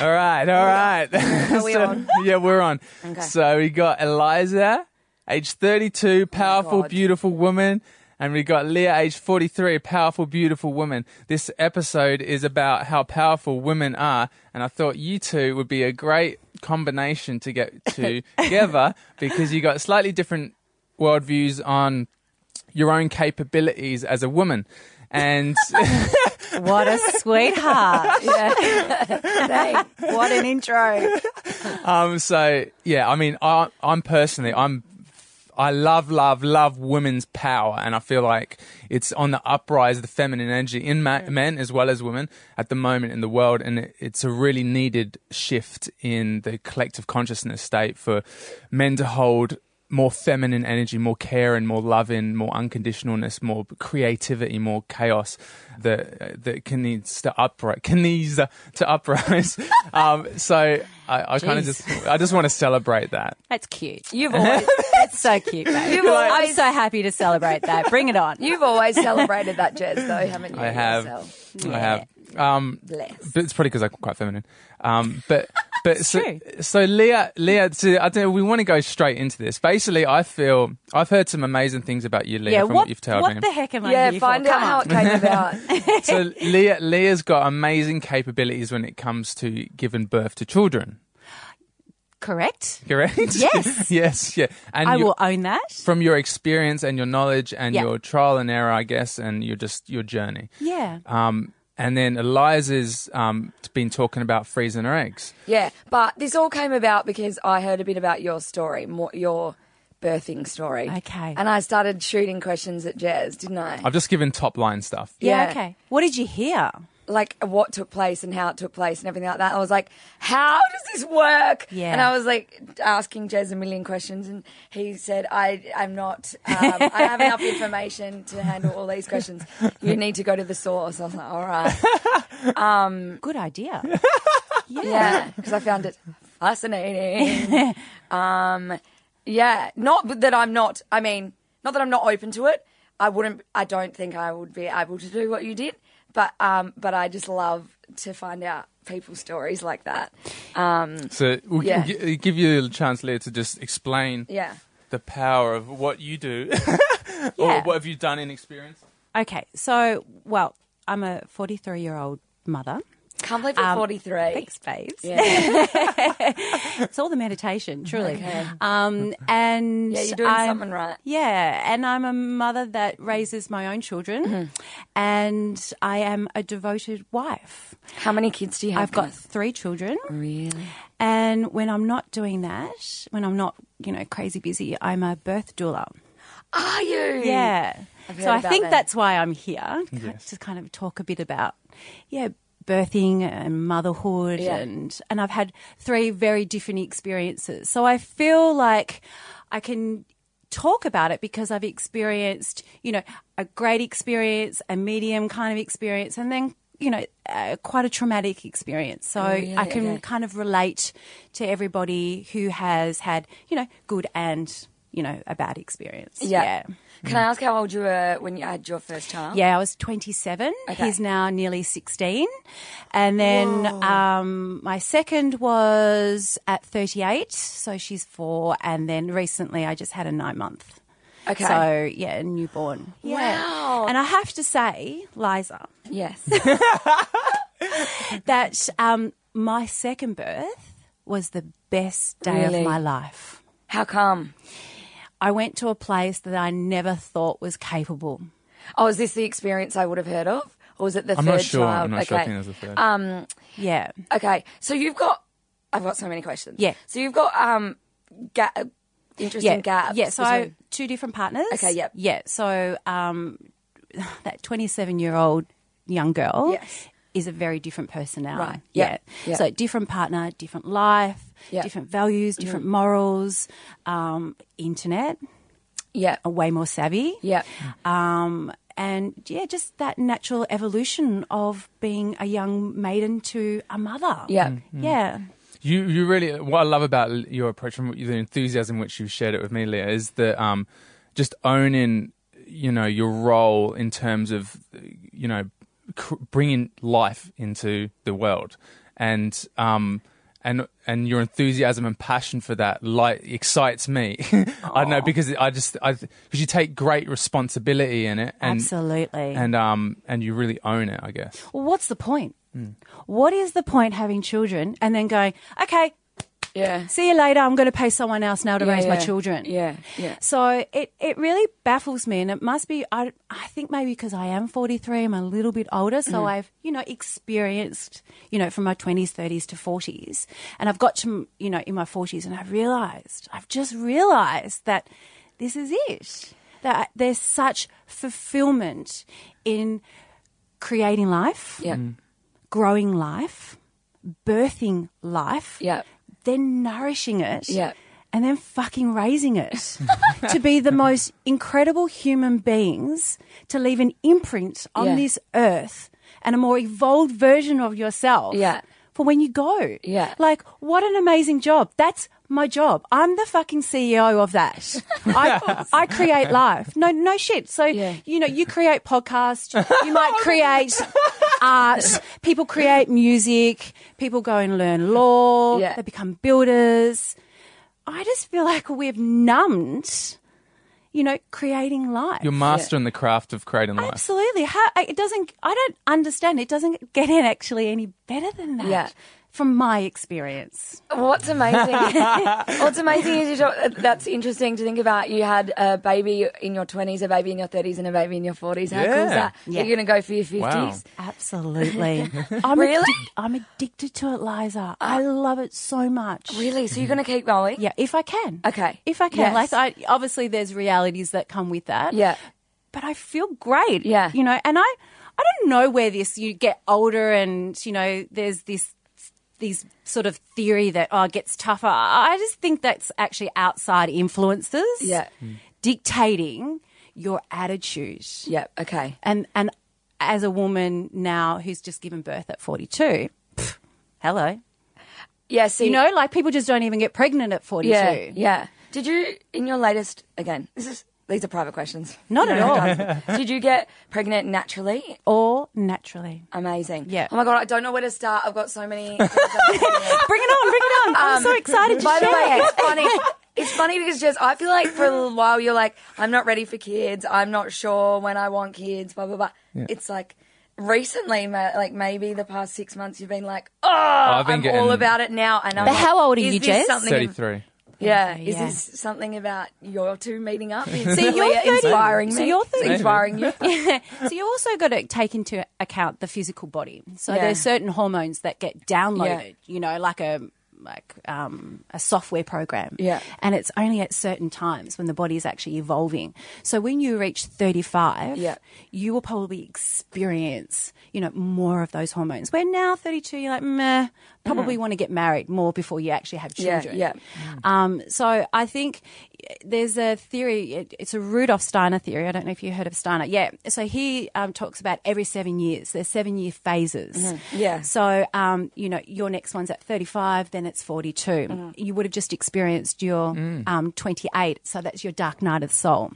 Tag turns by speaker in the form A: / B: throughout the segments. A: All right, all right.
B: Are we
A: So-
B: on?
A: yeah, we're on.
B: Okay. Oh
A: So we got Eliza, age 32, powerful,
B: God.
A: beautiful woman. And we got Leah, age 43, powerful, beautiful woman. This episode is about how powerful women are. And I thought you two would be a great combination to get to together because you got slightly different worldviews on your own capabilities as a woman. And
B: What a sweetheart. what an intro.
A: Um, so yeah, I mean, I, I'm personally, I'm, I love, love, love women's power, and I feel like it's on the uprise of the feminine energy in ma- men as well as women at the moment in the world, and it, it's a really needed shift in the collective consciousness state for men to hold more feminine energy, more care and more loving, more unconditionalness, more creativity, more chaos that that can needs to uprise, can needs to uprise. um, so I, I kind of
B: Jeez.
A: just I just want to celebrate that.
B: That's cute. You've always that's so cute, babe.
C: You've
B: I'm
C: always,
B: so happy to celebrate that. Bring it on.
C: you've always celebrated that jazz, though, haven't you?
A: I have,
C: yourself?
A: I have. Um,
C: Bless.
A: but it's probably because I'm quite feminine. Um, but but so,
B: true.
A: so Leah Leah, so I don't, we want to go straight into this. Basically, I feel I've heard some amazing things about you, Leah,
B: yeah,
A: from what,
B: what,
A: you've told
B: what
A: me.
B: the heck am I
C: Yeah,
B: here
C: find
B: for?
C: out
B: Come
C: how
B: on.
C: it came about.
A: so Leah, Leah's got amazing capabilities when it comes to giving birth to children.
B: Correct?
A: Correct?
B: Yes.
A: yes. Yeah. And
B: I
A: you-
B: will own that.
A: from your experience and your knowledge and
B: Yeah.
A: your trial and error, I guess, and your just your journey.
B: Yeah.
A: Um, and then Eliza's um, been talking about freezing her eggs.
C: Yeah, but this all came about because I heard a bit about your story, more, your birthing story.
B: Okay.
C: And I started shooting questions at Jazz, didn't I?
A: I've just given top line stuff.
B: yeah.
C: yeah.
B: okay. What did you hear?
C: like what took place and how it took place and everything like that. I was like, how does this work?
B: Yeah.
C: And I was like asking Jez a million questions, and he said, I, I'm not, um, I have enough information to handle all these questions. You need to go to the source. I was like, all right.
B: Good idea. Yeah.
C: Yeah, because I found it fascinating. um, yeah, not that I'm not. I mean, not that I'm not open to it. I wouldn't. I don't think I would be able to do what you did. But um, but I just love to find out people's stories like that. Um,
A: So we'll
C: Yeah.
A: g- give you a chance, Leah, to just explain
C: yeah.
A: the power of what you do or
B: Yeah.
A: what have you done in experience.
B: Okay. So, well, I'm a 43 year old mother.
C: Can't believe you're 43.
B: Thanks, babes.
C: Yeah,
B: It's all the meditation, truly.
C: Okay.
B: Um, and
C: Yeah, you're doing
B: I'm-
C: something right.
B: Yeah, and I'm a mother that raises my own children, and I am a devoted wife.
C: How many kids do you have?
B: I've got
C: guys?
B: three children,
C: really.
B: and when I'm not doing that, when I'm not, you know, crazy busy, I'm a birth doula.
C: Are you?
B: Yeah.
C: heard
B: So I
C: about
B: think
C: them.
B: that's why I'm here. Just kind of talk a bit about, yeah, birthing and motherhood,
C: Yeah.
B: and and I've had three very different experiences. So I feel like I can talk about it because I've experienced, you know, a great experience, a medium kind of experience, and then. You know, uh, quite a traumatic experience. So
C: Oh,
B: I can kind of relate to everybody who has had, you know, good and, you know, a bad experience.
C: Yeah. Can I ask how old you were when you had your first child?
B: Yeah, I was 27.
C: Okay.
B: He's now nearly 16. And then um, my second was at 38. So she's four. And then recently I just had a nine month.
C: Okay.
B: So, yeah, a newborn. Yeah.
C: Wow.
B: And I have to say, Liza,
C: Yes.
B: that um, my second birth was the best day
C: Really?
B: of my life.
C: how come?
B: I went to a place that I never thought was capable.
C: Oh, is this the experience I would have heard of? Or was it the
A: I'm
C: third
A: not sure.
C: child?
A: I'm not
C: okay. Um,
A: sure. I think there's a third.
B: Yeah.
C: okay. So you've got I've got so many questions.
B: Yeah.
C: So you've got um ga- interesting gaps.
B: Yeah, so
C: between-
B: two different partners.
C: Okay, yep.
B: Yeah, so um, that 27 year old young girl
C: Yes.
B: is a very different person now.
C: Right,
B: Yeah.
C: yep, yep.
B: So different partner, different life,
C: Yep. Mm-hmm.
B: different values, different morals, um, internet,
C: yeah.
B: are way more savvy.
C: Yeah.
B: Um, and yeah, just that natural evolution of being a young maiden to a mother.
C: Yeah.
A: Mm-hmm.
B: Yeah.
A: You you really what I love about l- your approach and what you- the enthusiasm which you've shared it with me, Leah, is that um, just owning you know your role in terms of you know cr- bringing life into the world and um and and your enthusiasm and passion for that light excites me. I know because I just I because you take great responsibility in it and
B: Absolutely.
A: and um and you really own it, I guess.
B: well, what's the point?
A: Mm.
B: What is the point having children and then going, okay,
C: Yeah.
B: see you later. I'm going to pay someone else now to
C: Yeah,
B: raise my
C: yeah.
B: children.
C: Yeah, yeah.
B: So it, it really baffles me, and it must be I, I think maybe because I am 43, I'm a little bit older,
C: Mm.
B: so I've you know experienced you know from my 20s, 30s to 40s, and I've got to you know in my 40s, and I've realised I've just realised that this is it. That there's such fulfilment in creating life,
C: Yeah.
A: Mm.
B: growing life, birthing life,
C: Yeah.
B: then nourishing it,
C: Yeah.
B: and then fucking raising it to be the most incredible human beings to leave an imprint on
C: Yeah.
B: this earth and a more evolved version of yourself
C: Yeah.
B: for when you go.
C: Yeah.
B: Like, what an amazing job. That's my job. I'm the fucking CEO of that. I, I create life. No, no shit. So,
C: Yeah.
B: you know, you create podcasts, you might create art, people create music, people go and learn law,
C: Yeah.
B: they become builders. I just feel like we've numbed, you know, creating life.
A: You're mastering the craft of creating life.
B: Absolutely. How I- it doesn't? I don't understand. It doesn't get in actually any better than that.
C: Yeah.
B: From my experience.
C: What's amazing? what's amazing is you talk, that's interesting to think about. You had a baby in your twenties, a baby in your thirties, and a baby in your forties. How cool is
A: Yeah.
C: that?
B: Yeah.
C: You're gonna go for your fifties.
A: Wow.
B: Absolutely. I'm
C: Really? Oh.
B: addic- I'm addicted to it, Liza. I love it so much.
C: Really? So you're gonna keep going?
B: Yeah, if I can.
C: Okay.
B: If I can. Like,
C: Yes.
B: I, obviously, there's realities that come with that.
C: Yeah.
B: But I feel great.
C: Yeah.
B: You know, and I, I don't know where this, you get older and, you know, there's this, these sort of theory that, oh, it gets tougher. I just think that's actually outside influences
C: Yeah.
B: dictating your attitude.
C: Yeah. Okay.
B: And, and as a woman now who's just given birth at 42, pff, hello.
C: Yeah. See.
B: You know, like people just don't even get pregnant at 42.
C: Yeah. Yeah. Did you in your latest again? This is these are private questions.
B: Not
C: You
B: at
C: don't
B: all.
C: have to answer. Did you get pregnant naturally?
B: All naturally.
C: Amazing.
B: Yeah.
C: Oh my god, I don't know where to start. I've got so many.
B: Bring it on, bring it on. I'm so excited to
C: Um, By the
B: share.
C: way, it's funny. It's funny because just I feel like for a little while you're like, I'm not ready for kids. I'm not sure when I want kids. Blah blah blah. It's like recently, ma- like maybe the past six months, you've been like, oh,
A: I've been
C: I'm all
A: getting-
C: about it now. And I'm
B: But
C: like,
B: how old are
C: is
B: you,
C: this
B: Jess?
C: something-
A: Thirty-three.
C: Yeah,
B: Okay,
C: is
B: yeah.
C: this something about your two meeting up?
B: So
C: It's really
B: you're 30
C: inspiring
B: so
C: me.
B: you're
C: It's
B: 30
C: inspiring you.
B: so you also got to take into account the physical body. So
C: Yeah.
B: there's certain hormones that get downloaded, you know, like a like um, a software program.
C: Yeah.
B: And it's only at certain times when the body is actually evolving. So when you reach 35,
C: Yeah.
B: you will probably experience, you know, more of those hormones. Where now 32, you're like, meh, probably want to get married more before you actually have
C: Mm-hmm. Yeah,
B: children.
C: yeah.
B: Um, so I think there's a theory. It, it's a Rudolf Steiner theory. I don't know if you heard of Steiner. Yeah. So he um, talks about every seven years. There's seven year phases.
C: Yeah.
B: So um, you know your next one's at 35, then it's 42. You would have just experienced your um, 28. So that's your dark night of the soul,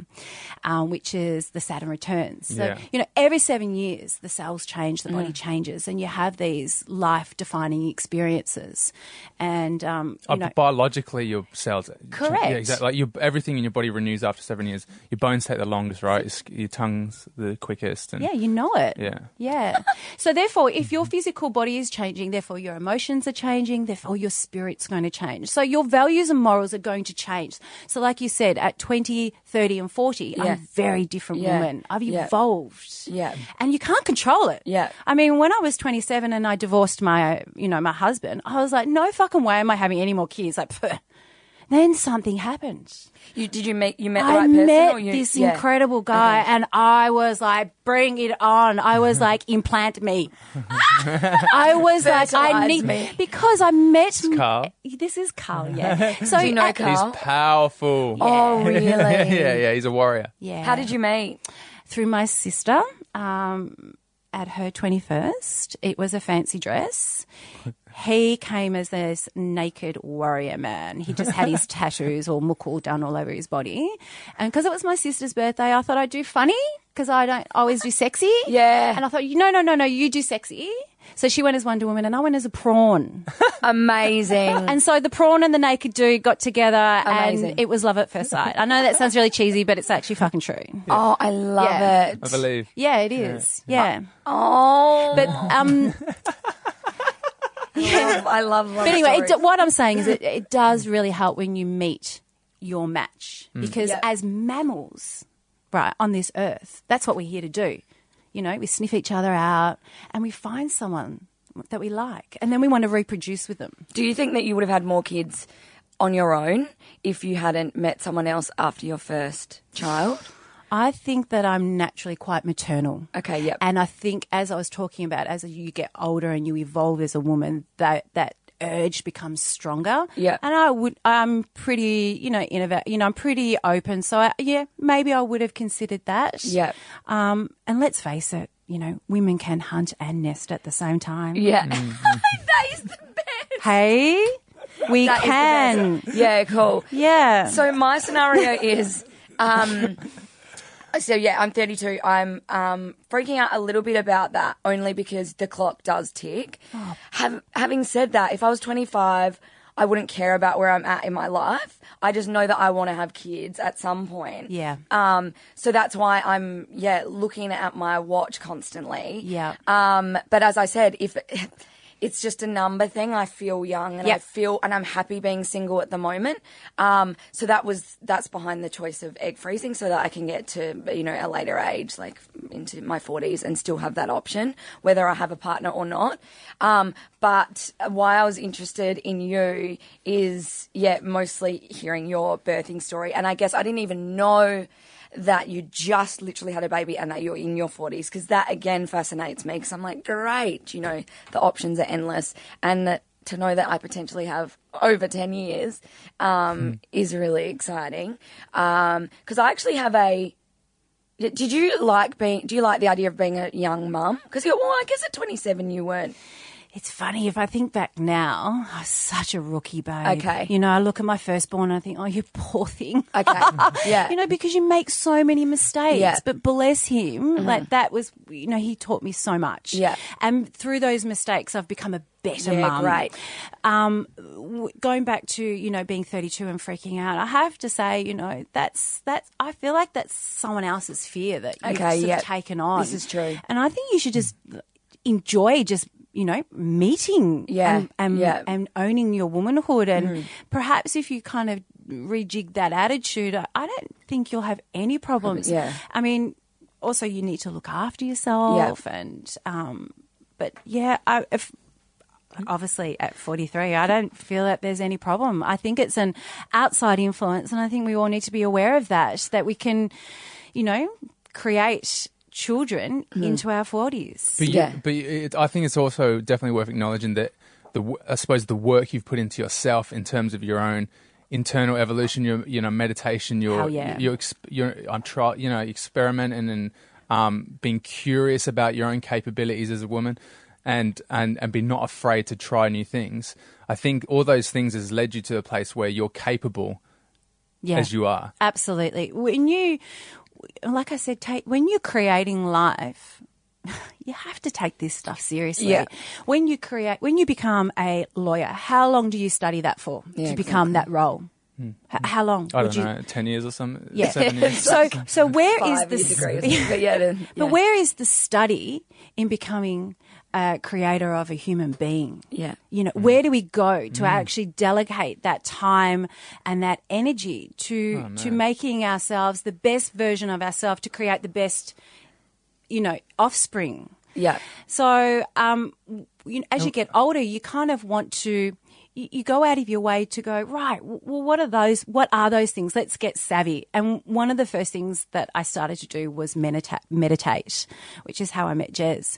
B: um, which is the Saturn returns. So
A: Yeah.
B: you know every seven years the cells change, the body changes, and you have these life defining experiences. And um, you
A: Uh,
B: know,
A: biologically, your cells.
B: Correct.
A: Yeah, exactly. Like your, everything in your body renews after seven years. Your bones take the longest, right? Your, sk- your tongue's the quickest. And
B: Yeah, you know it.
A: Yeah.
B: Yeah. so therefore, if your physical body is changing, therefore your emotions are changing, therefore your spirit's going to change. So your values and morals are going to change. So like you said, at 20, 30 and 40, I'm
C: Yeah.
B: a very different
C: Yeah.
B: woman. I've
C: Yeah.
B: evolved.
C: Yeah.
B: And you can't control it.
C: Yeah.
B: I mean, when I was 27 and I divorced my, you know, my husband, I was like, no fucking way am I having any more kids. Like, pfft. then something happened.
C: You, did you meet you met the
B: I
C: right person?
B: met
C: or you,
B: this
C: yeah.
B: incredible guy, and I was like, "Bring it on!" I was
C: Mm-hmm.
B: like, "Implant me." I was like, "I
C: Fertilize
B: need
C: me.
B: because I met m-
A: Carl.
B: This is Carl, yeah. So
C: Do you know
B: uh,
C: Carl?
A: He's
C: Oh.
A: powerful.
C: Oh really?
A: yeah, yeah. He's a warrior.
B: Yeah.
C: How did you meet?
B: through my sister um, at her 21st. It was a fancy dress. He came as this naked warrior man. He just had his tattoos or mukul done all over his body. And because it was my sister's birthday, I thought I'd do funny because I don't always do sexy.
C: Yeah.
B: And I thought, no, no, no, no, you do sexy. So she went as Wonder Woman and I went as a prawn.
C: Amazing.
B: And so the prawn and the naked dude got together
C: Amazing.
B: and it was love at first sight. I know that sounds really cheesy, but it's actually fucking true.
C: Oh, I love
B: Yeah.
C: it.
A: I believe.
B: Yeah, it is. Yeah.
C: Oh,
B: But um
C: love, I love. love
B: but anyway, it,
C: stories.
B: do- what I'm saying is it, it does really help when you meet your match because
C: Yep.
B: as mammals, right, on this earth, that's what we're here to do. You know, we sniff each other out and we find someone that we like and then we want to reproduce with them.
C: Do you think that you would have had more kids on your own if you hadn't met someone else after your first child?
B: I think that I'm naturally quite maternal.
C: Okay, yep.
B: And I think as I was talking about, as you get older and you evolve as a woman, that that urge becomes stronger.
C: Yeah.
B: And I would, I'm pretty, you know, innovat, you know, I'm pretty open. So I, yeah, maybe I would have considered that.
C: Yep.
B: Um, and let's face it, you know, women can hunt and nest at the same time.
C: Yeah. that is the best.
B: Hey, we
C: That is the
B: can.
C: best. Yeah, cool.
B: Yeah.
C: So my scenario is, um, so yeah, I'm 32. I'm um, freaking out a little bit about that only because the clock does tick.
B: Oh.
C: Have, having said that, if I was 25, I wouldn't care about where I'm at in my life. I just know that I want to have kids at some point.
B: Yeah.
C: Um, so that's why I'm yeah looking at my watch constantly.
B: Yeah.
C: Um, but as I said, if it's just a number thing, I feel young and I
B: Yeah.
C: feel and I'm happy being single at the moment. Um, so that was that's behind the choice of egg freezing, so that I can get to you know a later age, like into my 40s, and still have that option whether I have a partner or not. Um, but why I was interested in you is yeah mostly hearing your birthing story, and I guess I didn't even know that you just literally had a baby and that you're in your 40s because that again fascinates me because I'm like, great, you know, the options are endless. And that to know that I potentially have over 10 years
B: Hmm.
C: um, is really exciting. Because I actually have a. Did you like being? Do you like the idea of being a young mum? Because well, I guess at 27 you weren't.
B: It's funny if I think back now, I was such a rookie babe.
C: Okay.
B: You know, I look at my firstborn and I think, oh, you poor thing.
C: Okay, yeah.
B: You know, because you make so many mistakes.
C: Yeah. Mm-hmm.
B: But bless him, like that was, you know, he taught me so much.
C: Yeah.
B: And through those mistakes, I've become a better
C: Yeah,
B: mum.
C: great.
B: Um, w- going back to you know being 32 and freaking out, I have to say, you know, that's that's. I feel like that's someone else's fear that you've
C: Okay,
B: sort
C: yeah.
B: of taken on.
C: This is true.
B: And I think you should just enjoy just you know meeting
C: Yeah,
B: and and,
C: yeah. Mm-hmm.
B: and owning your womanhood and perhaps if you kind of rejig that attitude I, I don't think you'll have any problems
C: Yeah.
B: i mean also you need to look after yourself and um but yeah i if obviously at 43 i don't feel that there's any problem i think it's an outside influence and i think we all need to be aware of that that we can you know create children into our 40s
A: Hmm. But you,
C: Yeah.
A: but you- it, I think it's also definitely worth acknowledging that the w- I suppose the work you've put into yourself in terms of your own internal evolution, your you know meditation, your
B: Hell yeah.
A: your, ex your I'm try you know experimenting and um, being curious about your own capabilities as a woman. And, and and be not afraid to try new things. I think all those things has led you to a place where you're capable
B: yeah
A: as you are.
B: Absolutely. When you, like I said, take when you're creating life, you have to take this stuff seriously.
C: Yeah.
B: When you create, when you become a lawyer, how long do you study that for to become that role? H- how long?
A: Hmm. I
B: would
A: don't
B: you,
A: know, ten years or something.
B: Yeah.
A: Seven years.
B: So, so where is
C: Five
B: the
C: year degree or something, but yeah, then,
B: but
C: yeah.
B: where is the study in becoming a creator of a human being?
C: Yeah.
B: You know,
A: Mm.
B: where do we go to actually delegate that time and that energy
A: Oh,
B: to to making ourselves the best version of ourselves to create the best, you know, offspring?
C: yeah,
B: So, um, you know, as you get older, you kind of want to. You you go out of your way to go right. w- Well, what are those? What are those things? Let's get savvy. And one of the first things that I started to do was medita- meditate, which is how I met Jez.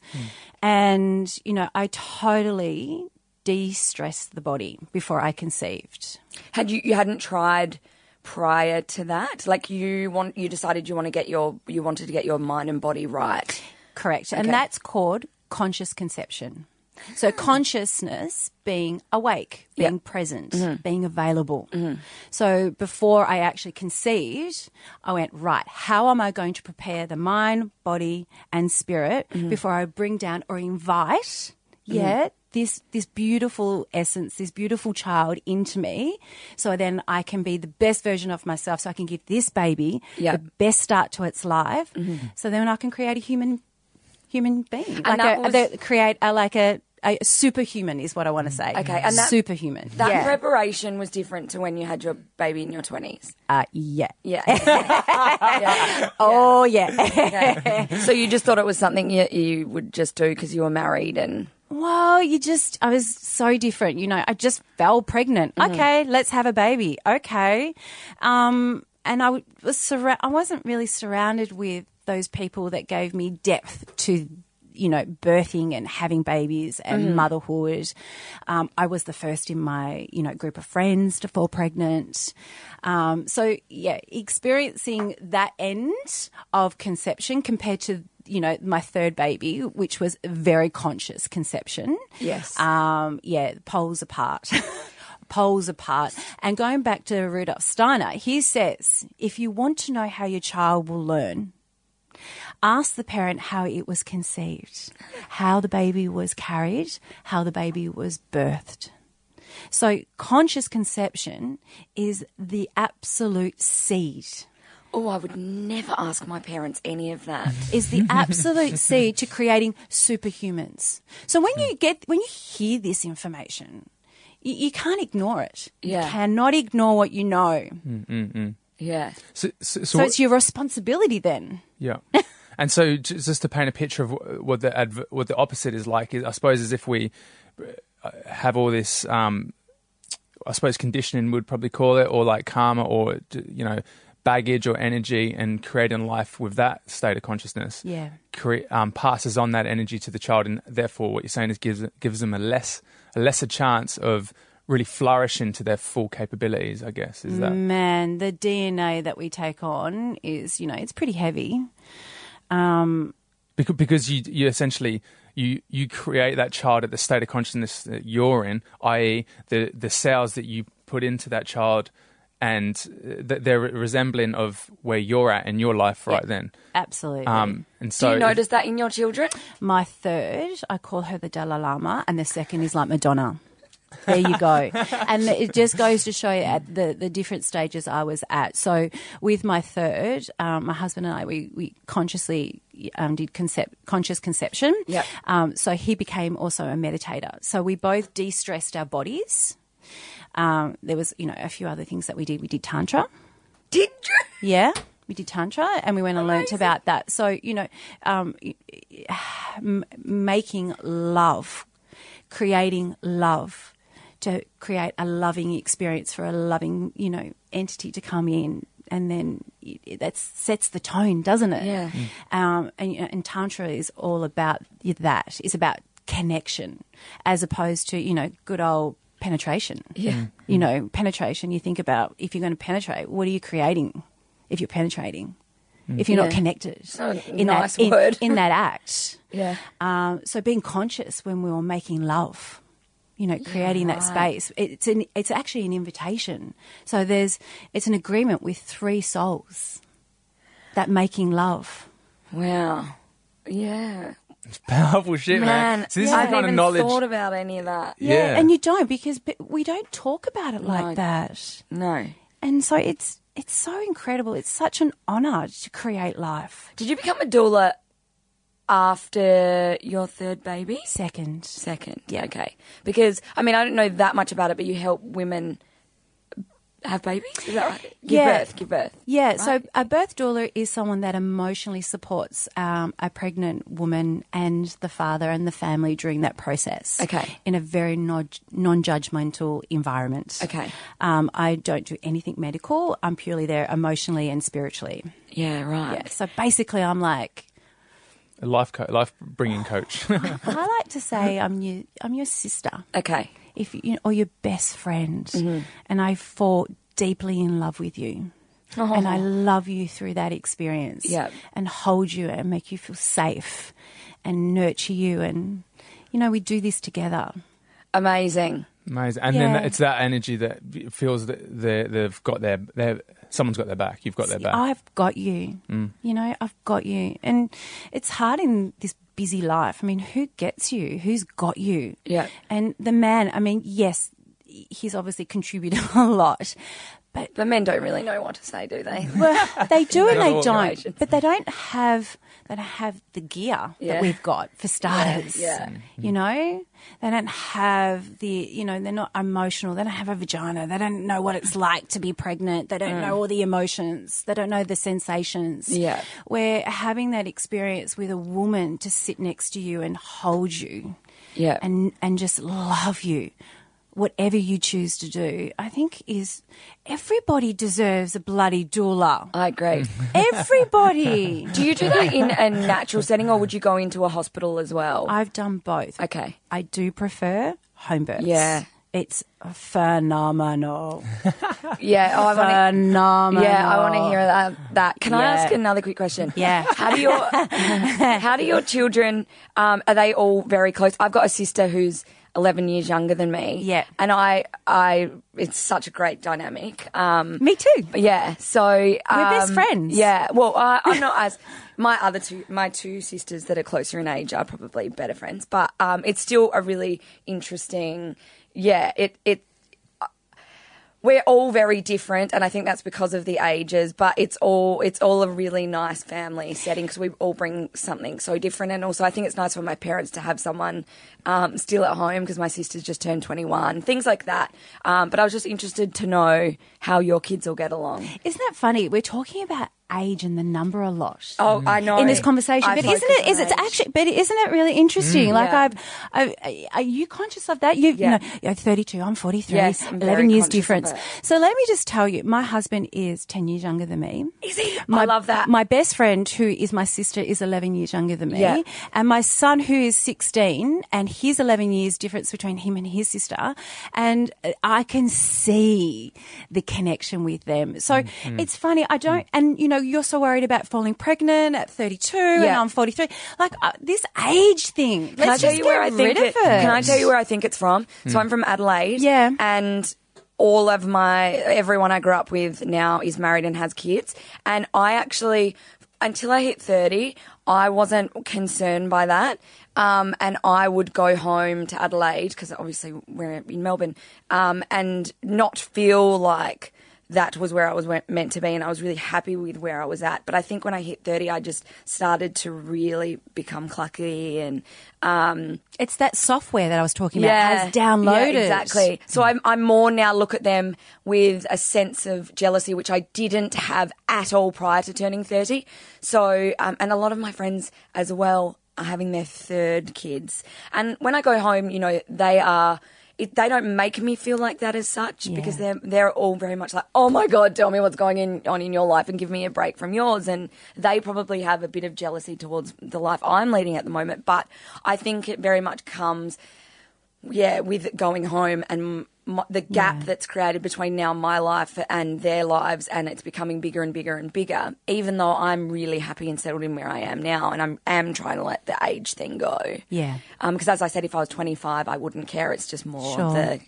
B: And you know, I totally de-stressed the body before I conceived.
C: Had you you hadn't tried prior to that? Like you want you decided you want to get your you wanted to get your mind and body right.
B: Correct, and that's called conscious conception. So consciousness being awake, being present, being available. So before I actually conceived, I went, right, how am I going to prepare the mind, body, and spirit before I bring down or invite? Yeah. This, this beautiful essence, this beautiful child into me. So then I can be the best version of myself. So I can give this baby
C: Yeah.
B: the best start to its life. So then I can create a human human being. Like
C: that
B: a,
C: was-
B: they create a, like a, a superhuman is what I want to say.
C: Okay, and that-
B: superhuman.
C: That
B: yeah.
C: preparation was different to when you had your baby in your 20s.
B: uh, yeah.
C: Yeah. Yeah.
B: Oh yeah.
C: So you just thought it was something you, you would just do because you were married and.
B: well, you just I was so different. You know, I just fell pregnant.
C: Mm-hmm.
B: Okay, let's have a baby. Okay, um, and I w- was surra- I wasn't really surrounded with those people that gave me depth to. You know, birthing and having babies and motherhood. Um, I was the first in my, you know, group of friends to fall pregnant. Um, so yeah, experiencing that end of conception compared to you know my third baby, which was very conscious conception.
C: Yes.
B: Um, yeah, poles apart. poles apart. And going back to Rudolf Steiner, he says if you want to know how your child will learn, ask the parent how it was conceived, how the baby was carried, how the baby was birthed. So, conscious conception is the absolute seed,
C: Oh, I would never ask my parents any of that.
B: is the absolute seed to creating superhumans. So, when you get, when you hear this information, you, you can't ignore it.
C: Yeah.
B: You cannot ignore what you know.
C: Yeah.
A: So, so, so
B: So,
A: what-
B: it's your responsibility then.
A: Yeah. and so j- just to paint a picture of wh- what the adv- what the opposite is like is I suppose is if we uh, have all this um I suppose conditioning would probably call it or like karma or d- you know baggage or energy and creating life with that state of consciousness
B: Yeah.
A: cre- um, passes on that energy to the child and therefore what you're saying is gives gives them a less a lesser chance of really flourishing to their full capabilities I guess is that
B: Man, the DNA that we take on is, you know, it's pretty heavy. Um,
A: because because you you essentially you you create that child at the state of consciousness that you're in, i.e., the the cells that you put into that child, and uh, th- they're resembling of where you're at in your life right then.
B: absolutely.
A: Um, and
C: Do
A: so
C: you notice that in your children?
B: My third, I call her the Dalai Lama, and the second is like Madonna. There you go. and it just goes to show you at the, the different stages I was at. So with my third, um, my husband and I, we, we consciously um, did concept, conscious conception.
C: Yep.
B: Um, so he became also a meditator. So we both de-stressed our bodies. Um, there was, you know, a few other things that we did. We did tantra.
C: Did you?
B: Yeah, we did tantra, and we went and learnt about that. So you know, um, m- making love, creating love, to create a loving experience for a loving you know entity to come in, and then y- y- that sets the tone, doesn't it?
C: Yeah.
B: Um, and, you know, and tantra is all about that. It's about connection, as opposed to you know good old penetration.
C: Yeah.
B: You know, penetration, you think about if you're going to penetrate, what are you creating if you're penetrating? If you're not
C: Yeah.
B: connected
C: a nice
B: that, in-
C: word.
B: In, that act.
C: Mm. Yeah.
B: Um, so being conscious when we were making love, you know, creating that space, it's, an, it's actually an invitation. So there's, it's an agreement with three souls that making love.
C: Wow. Yeah.
A: powerful shit, man.
C: Man,
A: So this
C: I
A: is the
C: haven't
A: kind of
C: even thought
A: knowledge.
C: about any of that.
A: Yeah.
B: And you don't because p- we don't talk about it like
C: No.
B: that.
C: No.
B: And so it's, it's so incredible. It's such an honor to create life.
C: Did you become a doula after your third baby?
B: Second.
C: Second. Yeah. Okay. Because I mean, I don't know that much about it, but you help women have babies. Is that right? Give
B: Yeah.
C: birth. Give birth.
B: Yeah, so a birth doula is someone that emotionally supports um, a pregnant woman and the father and the family during that process.
C: Okay.
B: In a very non judgmental environment.
C: Okay.
B: Um, I don't do anything medical, I'm purely there emotionally and spiritually.
C: Yeah. Right.
B: Yeah, so basically, I'm like,
A: A life co- life bringing coach.
B: I like to say I'm your, I'm your sister.
C: Okay.
B: if you or your best friend and I fall deeply in love with you. And I love you through that experience.
C: Yep.
B: And hold you and make you feel safe and nurture you and you know, we do this together.
C: Amazing.
A: Amazing. And
B: Yeah.
A: then it's that energy that feels that they- they've got their, their, someone's got their back. You've got their back.
B: I've got you. You know, I've got you. And it's hard in this busy life. I mean, who gets you? Who's got you?
C: Yeah.
B: And the man, I mean, yes, he's obviously contributed a lot, but
C: But men don't really know what to say, do they?
B: well, they do and
A: Not
B: they
A: all
B: don't,
C: generations.
B: but they don't have they don't have the gear
C: Yeah.
B: that we've got for starters.
C: yeah.
B: you know, they don't have the you know they're not emotional. They don't have a vagina. They don't know what it's like to be pregnant. They
C: Mm.
B: don't know all the emotions. They don't know the sensations.
C: Yeah.
B: we're having that experience with a woman to sit next to you and hold you
C: Yeah.
B: and and just love you whatever you choose to do i think is everybody deserves a bloody doula
C: I agree.
B: everybody
C: do you do that in a natural setting or would you go into a hospital as well?
B: i've done both
C: okay.
B: i do prefer home births
C: Yeah.
B: it's phenomenal
C: Yeah. Oh, I wanna,
B: phenomenal
C: yeah, I want to hear that. that. Can I
B: Yeah.
C: ask another quick question?
B: Yeah.
C: How do your How do your children? Um, are they all very close? I've got a sister who's 11 years younger than me.
B: Yeah.
C: And I, I, it's such a great dynamic. Um,
B: me too
C: But yeah, so um,
B: best friends.
C: Yeah, well, I I'm not as my other two, my two sisters that are closer in age are probably better friends, but um, it's still a really interesting. Yeah, it it uh, we're all very different, and I think that's because of the ages. But it's all it's all a really nice family setting because we all bring something so different, and also I think it's nice for my parents to have someone um, still at home because my sister's just turned twenty one, things like that. Um, but I was just interested to know how your kids all get along.
B: isn't that funny we're talking about age and the number a lot
C: Oh, I know.
B: in this conversation.
C: I
B: but
C: focus
B: isn't it?
C: on
B: Is it's
C: age. Mm.
B: actually? But isn't it really interesting? like
C: Yeah.
B: I've, I, I- are you conscious of that? You,
C: Yeah.
B: you know, you're 32. I'm 43.
C: Yes, I'm very
B: 11 years
C: conscious of
B: difference.
C: it.
B: So let me just tell you, my husband is 10 years younger than me.
C: Is it?
B: My,
C: I love that.
B: My best friend, who is my sister, is 11 years younger than me.
C: Yeah.
B: And my son, who is 16, and his 11 years difference between him and his sister. And uh, I can see the connection with them. So
C: Mm-hmm.
B: it's funny. I don't,
C: Mm.
B: and you know, you're so worried about falling pregnant at 32 and
C: Yeah.
B: I'm 43. Like uh, this age thing. Let's
C: can I tell
B: just
C: you
B: get
C: where I
B: rid
C: think
B: of
C: it,
B: it.
C: Can I tell you where I think it's from? So I'm from Adelaide.
B: Yeah.
C: And all of my everyone I grew up with now is married and has kids. And I actually until I hit thirty, I wasn't concerned by that. Um, and I would go home to Adelaide because obviously we're in Melbourne, um, and not feel like that was where I was we- meant to be, and I was really happy with where I was at. But I think when I hit 30, I just started to really become clucky and um,
B: It's that software that I was talking about has
C: Yeah,
B: downloaded.
C: exactly. So I'm, I'm more now look at them with a sense of jealousy, which I didn't have at all prior to turning 30. So, um, and a lot of my friends as well are having their third kids. And when I go home, you know, they are. It, they don't make me feel like that as such because
B: Yeah.
C: they're they're all very much like, oh my god, tell me what's going in, on in your life and give me a break from yours. And they probably have a bit of jealousy towards the life I'm leading at the moment. But I think it very much comes yeah, with going home and m the gap that's created between now my life and their lives, and it's becoming bigger and bigger and bigger. Even though I'm really happy and settled in where I am now, and I'm am trying to let the age thing go.
B: Yeah.
C: Because as I said, if I was 25, I wouldn't care. It's just more
B: Sure.
C: of the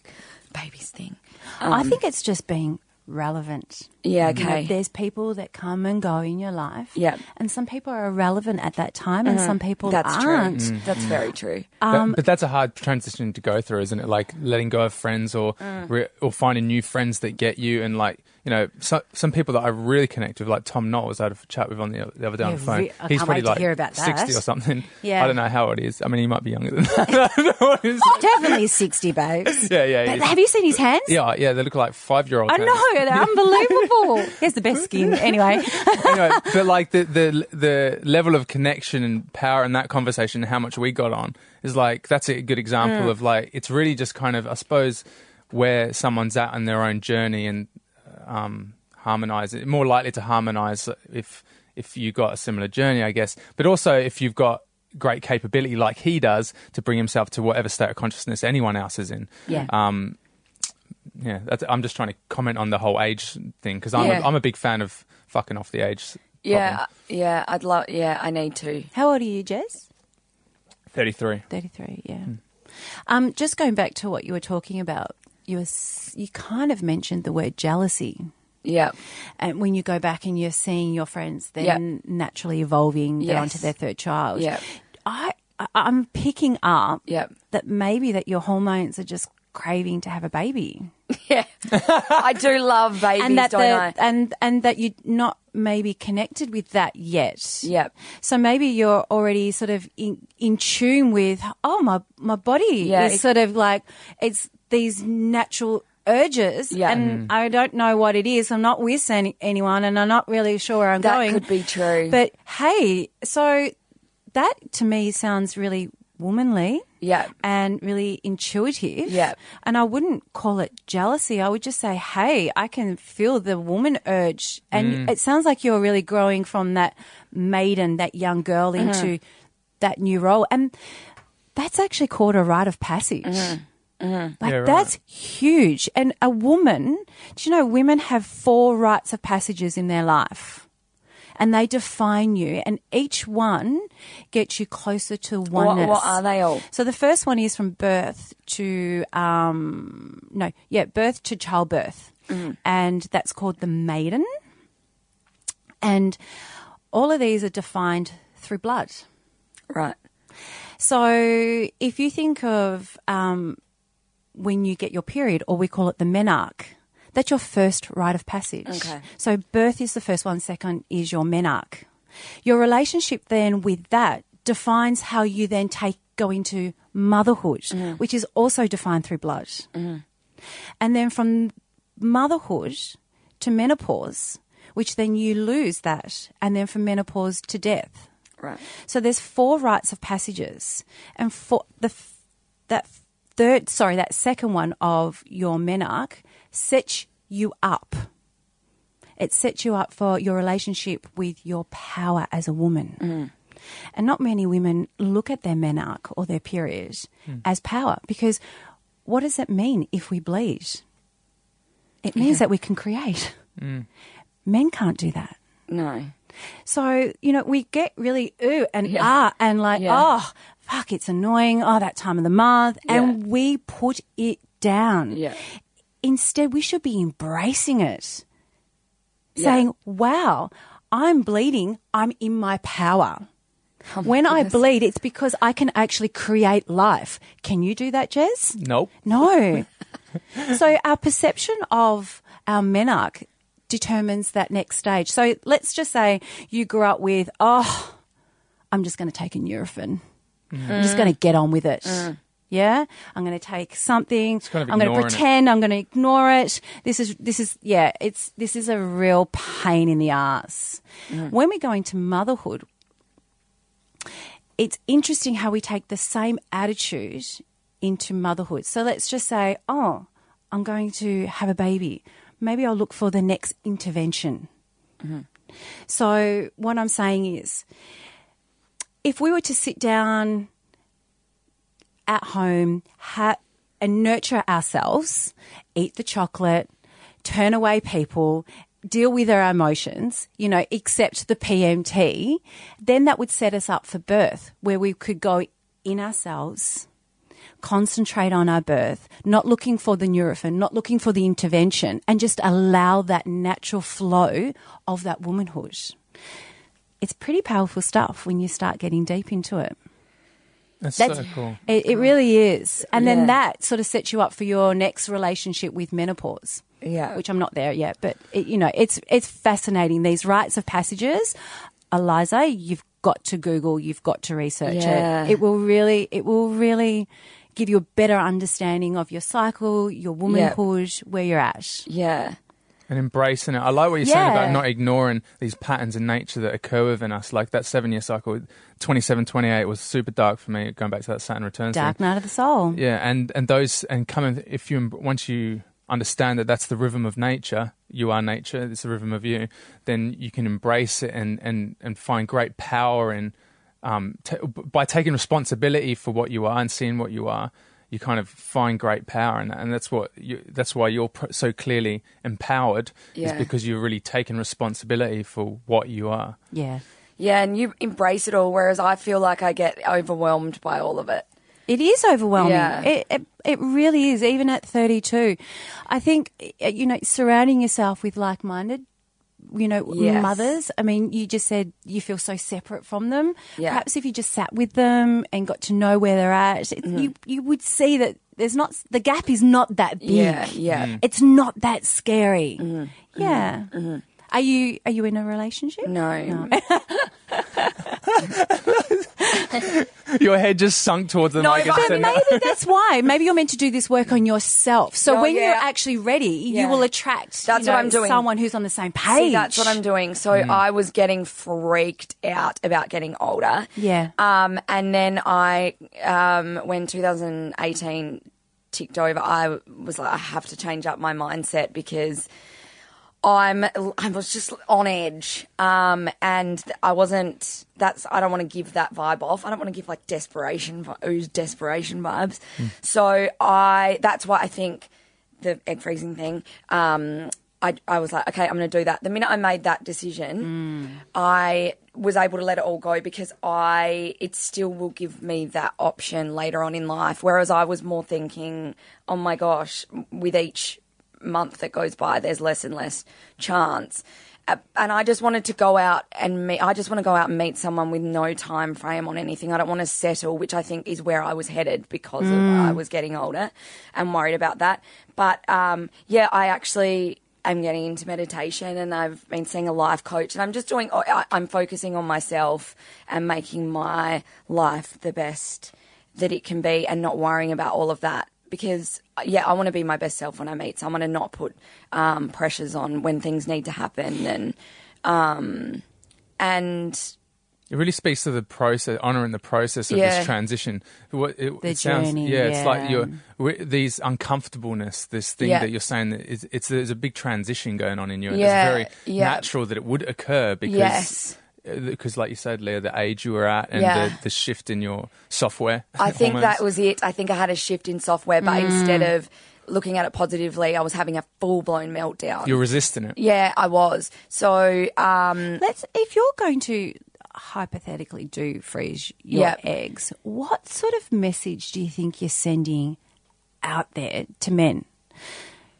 C: babies thing.
B: I
C: Um,
B: think it's just being relevant.
C: Yeah.
B: You know,
C: Okay.
B: there's people that come and go in your life.
C: Yeah. Mm-hmm.
B: And some people are relevant at that time and some people
C: that's
B: aren't.
C: true. That's very true.
A: But-
B: Um,
A: but, that's a hard transition to go through, isn't it? Like letting go of friends or
B: Mm.
A: re- or finding new friends that get you, and like you know, so, some people that I really connect with, like Tom Knowles, I had a chat with on the, the other day on
B: Yeah,
A: the phone.
B: re- I can't wait to hear about that.
A: sixty or something.
B: Yeah.
A: I don't know how old he is. I mean, he might be younger than that. I don't know what it is.
C: Mm.
B: Definitely 60, babes.
A: yeah, yeah,
B: But
A: yeah.
B: have you seen his hands?
A: yeah, yeah. They look like five year old.
B: I know, they're unbelievable. he has the best skin. Anyway,
A: anyway, but like the, the the level of connection and power in that conversation, and how much we got on, is like that's a good example of like it's really just kind of I suppose where someone's at in their own journey and um, harmonize it more likely to harmonize if if you got a similar journey, I guess. But also if you've got great capability like he does to bring himself to whatever state of consciousness anyone else is in.
B: Yeah.
A: Um, yeah, that's, I'm just trying to comment on the whole age thing because I'm,
C: Yeah.
A: a, I'm a big fan of fucking off the age. problem.
C: Yeah. Yeah. I'd love. Yeah. I need to.
B: how old are you, Jess?
A: 33.
B: 33 yeah
C: Hmm.
B: um, just going back to what you were talking about you were, s- you kind of mentioned the word jealousy
C: Yeah.
B: and when you go back and you're seeing your friends then naturally evolving they're
C: Yes.
B: onto their third child
C: Yeah.
B: I, I i'm picking up
C: Yeah.
B: that maybe that your hormones are just craving to have a baby
C: Yeah. I do love babies,
B: and that
C: don't I?
B: the- and and that you're not maybe connected with that yet
C: Yep.
B: So maybe you're already sort of in, in tune with, oh, my, my body
C: Yeah,
B: is
C: it-
B: sort of like, it's these natural urges.
C: Yeah.
B: And I don't know what it is. I'm not with any, anyone and I'm not really sure where I'm
C: That
B: going.
C: could be true.
B: But hey, so that to me sounds really womanly.
C: Yeah.
B: And really intuitive.
C: Yeah.
B: And I wouldn't call it jealousy. I would just say, hey, I can feel the woman urge.
C: Mm.
B: And it sounds like you're really growing from that maiden, that young girl,
C: Mm-hmm.
B: into that new role. And that's actually called a rite of passage.
C: Mm-hmm.
B: Like
A: Yeah, right.
B: that's huge. And a woman, do you know women have four rites of passages in their life? And they define you and each one gets you closer to
C: What,
B: oneness.
C: what are they all?
B: So the first one is from birth to um no, yeah, birth to childbirth. And that's called the maiden. And all of these are defined through blood.
C: Right.
B: So if you think of um, when you get your period, or we call it the menarche, that's your first rite of passage.
C: Okay.
B: So birth is the first one, second is your menarche. Your relationship then with that defines how you then take go into motherhood, which is also defined through blood. And then from motherhood to menopause, which then you lose that, and then from menopause to death.
C: Right.
B: So there's four rites of passages, and for the f- that third, sorry, that second one of your menarch sets you up. It sets you up for your relationship with your power as a woman. And not many women look at their menarch or their period as power because what does it mean if we bleed? It means that we can create. Men can't do that.
C: No.
B: So, you know, we get really ooh and
C: Yeah.
B: ah and like,
C: Yeah.
B: oh, fuck, it's annoying. Oh, that time of the month. And
C: Yeah.
B: we put it down.
C: Yeah.
B: Instead, we should be embracing it,
C: Yeah.
B: saying, wow, I'm bleeding. I'm in my power.
C: Oh
B: when I bleed, it's because I can actually create life. Can you do that, Jez?
A: Nope.
B: No. so our perception of our menarch determines that next stage. So let's just say you grew up with, oh, I'm just going to take a Nurofen.
A: Mm-hmm.
B: I'm just going to get on with it. Yeah, I'm going to take something.
A: kind of
B: I'm going to
A: ignoring it.
B: pretend. I'm going to ignore it. This is this is yeah. It's this is a real pain in the ass. When we go into motherhood, it's interesting how we take the same attitude into motherhood. So let's just say, oh, I'm going to have a baby. Maybe I'll look for the next intervention. So, what I'm saying is, if we were to sit down at home ha- and nurture ourselves, eat the chocolate, turn away people, deal with our emotions, you know, accept the PMT, then that would set us up for birth where we could go in ourselves, concentrate on our birth, not looking for the Nurofen, not looking for the intervention, and just allow that natural flow of that womanhood. It's pretty powerful stuff when you start getting deep into it.
A: That's,
B: That's-
A: so cool.
B: It, it really is. And
C: Yeah.
B: then that sort of sets you up for your next relationship with menopause.
C: Yeah.
B: Which I'm not there yet, but it, you know, it's it's fascinating these rites of passages. Eliza, you've got to Google, you've got to research
C: Yeah.
B: it. It will really it will really give you a better understanding of your cycle, your womanhood, where you're at.
C: Yeah.
A: And embracing it. I like what you're saying
B: Yeah.
A: about not ignoring these patterns in nature that occur within us. Like that seven year cycle, 27, 28 was super dark for me, going back to that Saturn returns. thing.
B: Dark night of the soul.
A: Yeah, and and those and coming if you once you understand that that's the rhythm of nature, you are nature. It's the rhythm of you. Then you can embrace it and and and find great power in um t- by taking responsibility for what you are and seeing what you are. You kind of find great power in that, and that's what you, that's why you're pr- so clearly empowered
C: Yeah.
A: is because you're really taking responsibility for what you are.
B: Yeah.
C: Yeah, and you embrace it all, whereas I feel like I get overwhelmed by all of it.
B: It is overwhelming.
C: Yeah.
B: It, it it really is. Even at thirty two, I think eh, you know surrounding yourself with like minded. You know,
C: Yes.
B: mothers. I mean, you just said you feel so separate from them.
C: Yeah.
B: Perhaps if you just sat with them and got to know where they're at, it,
C: Mm-hmm.
B: you you would see that there's not the gap is not that big.
C: Yeah, yeah. Mm-hmm.
B: It's not that scary. Yeah. Are you are you in a relationship?
C: No.
A: Your head just sunk towards the
C: No,
A: mic. and
C: but
A: said,
B: Maybe that's why. Maybe you're meant to do this work on yourself. So
C: Oh,
B: when you're
C: yeah.
B: actually ready, you
C: Yeah.
B: will attract
C: That's
B: you know,
C: what I'm doing.
B: someone who's on the same page.
C: See, that's what I'm doing. So I was getting freaked out about getting older.
B: Yeah.
C: Um, and then I, um, when 2018 ticked over, I was like, I have to change up my mindset because I'm, I was just on edge. Um, and I wasn't, that's, I don't want to give that vibe off. I don't want to give like desperation, vi- ooze desperation vibes. So I, that's why I think the egg freezing thing, um, I, I was like, okay, I'm going to do that. The minute I made that decision, I was able to let it all go because I, it still will give me that option later on in life. Whereas I was more thinking, oh my gosh, with each month that goes by, there's less and less chance. Uh, And I just wanted to go out and meet. I just want to go out and meet someone with no time frame on anything. I don't want to settle, which I think is where I was headed because of, I was getting older and worried about that. But um, yeah, I actually am getting into meditation, and I've been seeing a life coach, and I'm just doing. I, I'm focusing on myself and making my life the best that it can be and not worrying about all of that because yeah i want to be my best self when i meet someone and not put um, pressures on when things need to happen and um, and
A: It really speaks to the process, honoring the process of
C: Yeah.
A: this transition. What it,
B: The
A: it sounds,
B: journey,
A: yeah, it's like
B: yeah.
A: you're wi- these uncomfortableness, this thing
C: Yeah.
A: that you're saying that it's, it's there's a big transition going on in you. And
C: Yeah,
A: it's very
C: yeah.
A: natural that it would occur because
C: Yes.
A: because like you said, Leah, the age you were at and
C: Yeah.
A: the, the shift in your software.
C: I think
A: hormones.
C: that was it. I think I had a shift in software, but instead of looking at it positively, I was having a full blown meltdown.
A: you're resisting it.
C: yeah, I was. So um,
B: Let's. If you're going to hypothetically do freeze your
C: Yep.
B: eggs, what sort of message do you think you're sending out there to men?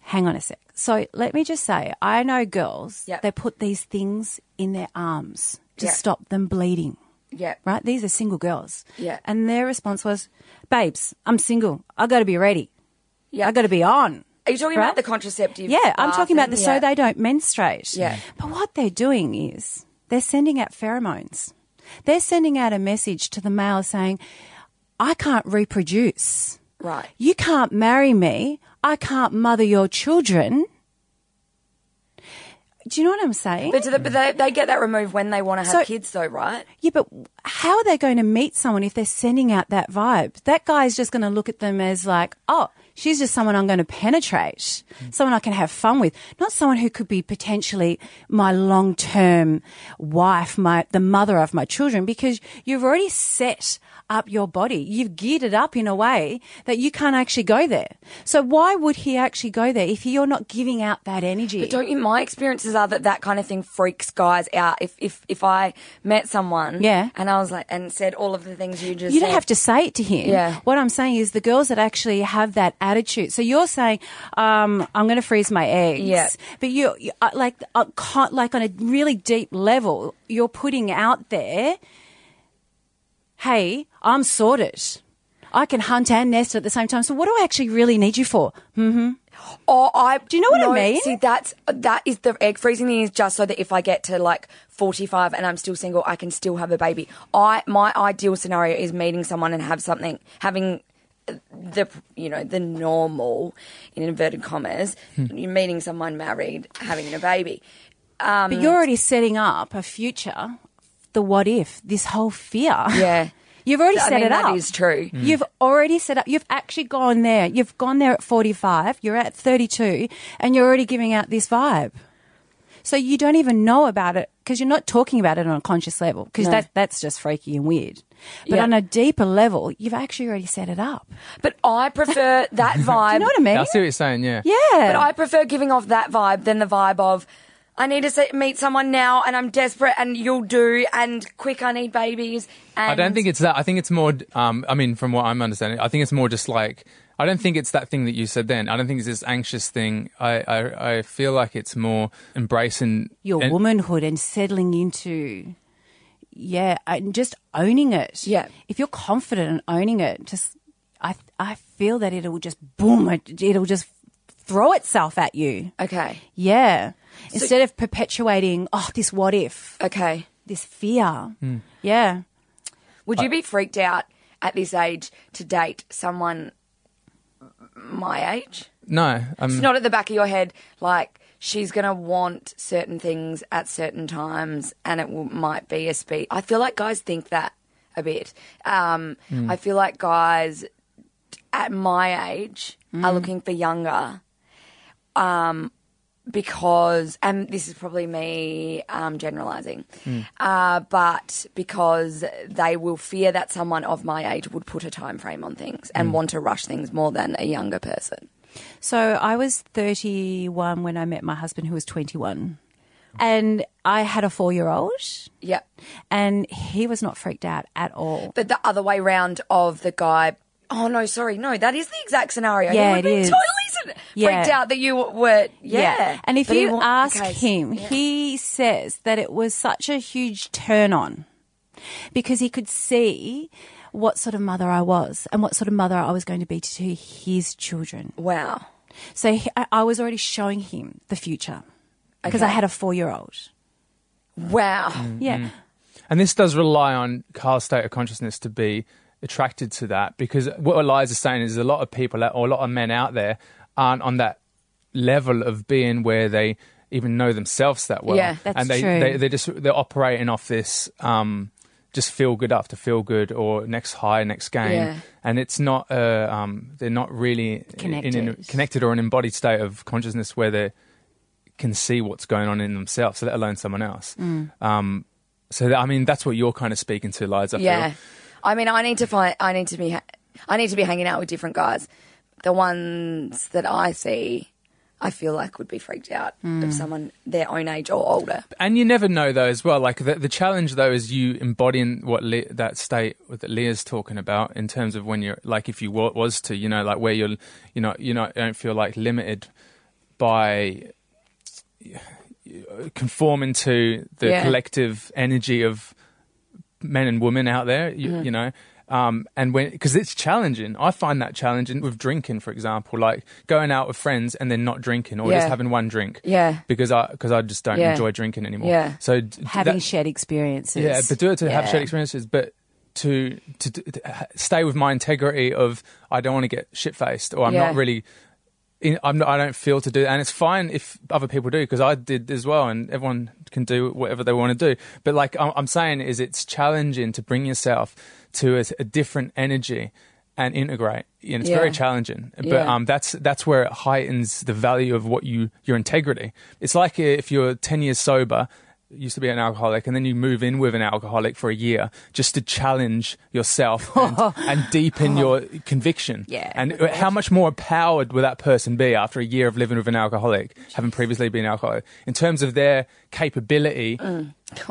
B: Hang on a sec. So let me just say, I know girls.
C: Yep.
B: They put these things in their arms to
C: Yep.
B: stop them bleeding.
C: yeah,
B: right? These are single girls.
C: Yeah.
B: And their response was, babes, I'm single. I got to be ready.
C: yeah.
B: I got to be on.
C: Are you talking
B: right?
C: about the contraceptive?
B: Yeah, I'm
C: bath
B: talking about the
C: and-
B: so
C: yeah.
B: they don't menstruate.
C: Yeah.
B: But what they're doing is they're sending out pheromones. They're sending out a message to the male saying, I can't reproduce.
C: right.
B: You can't marry me. I can't mother your children. Do you know what I'm saying?
C: But, do they, but they, they get that removed when they want to have
B: So-
C: kids, though, right?
B: Yeah, but how are they going to meet someone if they're sending out that vibe? That guy's just going to look at them as like, oh, she's just someone I'm going to penetrate, someone I can have fun with, not someone who could be potentially my long-term wife, my the mother of my children, because you've already set up your body. You've geared it up in a way that you can't actually go there. So why would he actually go there if you're not giving out that energy?
C: But don't you? My experiences are that that kind of thing freaks guys out. If if if I met someone,
B: Yeah.
C: and I was like, and said all of the things you just,
B: You don't
C: said,
B: have to say it to him.
C: Yeah.
B: What I'm saying is the girls that actually have that attitude. So you're saying, um, I'm going to freeze my eggs.
C: Yeah.
B: But you, you uh, like, uh, can't, like on a really deep level, you're putting out there, hey, I'm sorted. I can hunt and nest at the same time. So what do I actually really need you for?
C: Or Oh, I, do
B: you know what I mean?
C: See, that's that is the egg freezing thing is just so that if I get to like forty five and I'm still single, I can still have a baby. I my ideal scenario is meeting someone and have something having the you know the normal in inverted commas
B: Hmm.
C: you're meeting someone married having a baby um
B: But you're already setting up a future, the what if, this whole fear.
C: yeah
B: You've already
C: I
B: set
C: mean,
B: it up.
C: that is true
B: You've already set up. You've actually gone there. You've gone there at 45. You're at 32 and you're already giving out this vibe. So you don't even know about it because you're not talking about it on a conscious level because
C: No.
B: that, that's just freaky and weird. But
C: Yeah.
B: on a deeper level, you've actually already set it up.
C: But I prefer that vibe.
B: You know what I mean?
A: I see what you're saying. Yeah.
B: Yeah.
C: But I prefer giving off that vibe than the vibe of I need to se- meet someone now, and I'm desperate, and you'll do, and quick, I need babies. And
A: I don't think it's that. I think it's more. Um, I mean, from what I'm understanding, I think it's more just like. I don't think it's that thing that you said then. I don't think it's this anxious thing. I, I, I feel like it's more embracing
B: Your
A: and-
B: womanhood and settling into, yeah, and just owning it.
C: Yeah.
B: If you're confident and owning it, just, I, I feel that it'll just boom, it, it'll just throw itself at you.
C: Okay.
B: Yeah. Instead of perpetuating, oh, this what if,
C: Okay.
B: this fear. Yeah.
C: Would you be freaked out at this age to date someone my age?
A: No,
C: It's
A: um,
C: not at the back of your head like she's going to want certain things at certain times and it will, might be a speed. I feel like guys think that a bit. Um, I feel like guys at my age are looking for younger um, because, and this is probably me um, generalizing, uh, but because they will fear that someone of my age would put a time frame on things and want to rush things more than a younger person.
B: So I was 31 when I met my husband, who was 21. And I had a four year old,
C: Yep.
B: and he was not freaked out at all.
C: but the other way round of the guy. Oh no, sorry, no, that is the exact scenario.
B: Yeah,
C: he would
B: it
C: be
B: is.
C: totally s-
B: Yeah.
C: freaked out that you were. Yeah,
B: And if
C: But he
B: you
C: wa-
B: ask
C: okay,
B: him, he says that it was such a huge turn on because he could see what sort of mother I was and what sort of mother I was going to be to his children.
C: wow,
B: So he, I, I was already showing him the future because I had a four year old.
C: wow,
B: Yeah.
C: Mm-hmm.
A: and this does rely on Carl's state of consciousness to be attracted to that because what Eliza's saying is a lot of people or a lot of men out there aren't on that level of being where they even know themselves that well.
C: Yeah,
B: that's
A: and they,
B: true.
A: they they just they're operating off this um, just feel good after feel good or next high next game,
C: Yeah.
A: and it's not uh, um, they're not really in- in, in,
B: Connected.
A: connected or an embodied state of consciousness where they can see what's going on in themselves, let alone someone else. Um, so that, I mean, that's what you're kind of speaking to, Liza. I feel.
C: yeah. I mean, I need to find. I need to be. Ha- I need to be hanging out with different guys. The ones that I see, I feel like would be freaked out
B: Mm.
C: of someone their own age or older.
A: and you never know though as well like the, the challenge though is you embodying what Le- that state that leah's talking about in terms of when you're like if you wa- was to you know like where you're you know you know don't feel like limited by conforming to the
C: Yeah.
A: collective energy of men and women out there you,
C: Mm-hmm.
A: you know um, and when because it's challenging i find that challenging with drinking for example like going out with friends and then not drinking or just
C: Yeah.
A: having one drink
C: Yeah.
A: because i because i just don't
C: Yeah.
A: enjoy drinking anymore
C: Yeah.
A: so d- d-
B: Having
A: that-
B: shared experiences.
A: yeah, but do it to have
C: Yeah.
A: shared experiences, but to, to to ha- stay with my integrity of I don't want to get shit faced or I'm
C: Yeah.
A: not really. In, I'm not, I don't feel to do that, and it's fine if other people do because I did as well, and everyone can do whatever they want to do. But like I'm, I'm saying, is it's challenging to bring yourself to a, a different energy and integrate, and it's very
C: Yeah.
A: challenging. But
C: Yeah.
A: um, that's that's where it heightens the value of what you your integrity. It's like uh, if you're ten years sober, used to be an alcoholic, and then you move in with an alcoholic for a year just to challenge yourself and, and
C: Oh.
A: deepen your conviction.
B: Yeah.
A: And uh, how much more empowered will that person be after a year of living with an alcoholic, having previously been alcoholic, in terms of their capability?
C: Mm.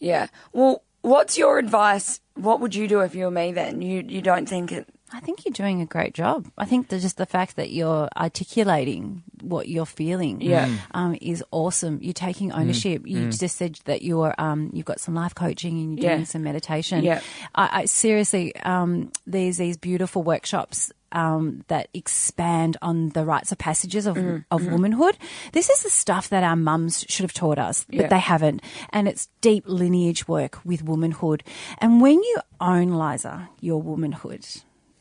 C: Yeah. Well, what's your advice? What would you do if you were me then? You you don't think it?
B: I think you're doing a great job. I think that just the fact that you're articulating what you're feeling
C: Yeah. Mm.
B: um, is awesome. You're taking ownership. You just said that you're um, you've got some life coaching and you're
C: Yeah.
B: doing some meditation.
C: Yeah.
B: I, I seriously, um, there's these beautiful workshops. Um, that expand on the rites of passages of, of womanhood. This is the stuff that our mums should have taught us, but
C: Yeah.
B: they haven't. And it's deep lineage work with womanhood. And when you own, Liza, your womanhood,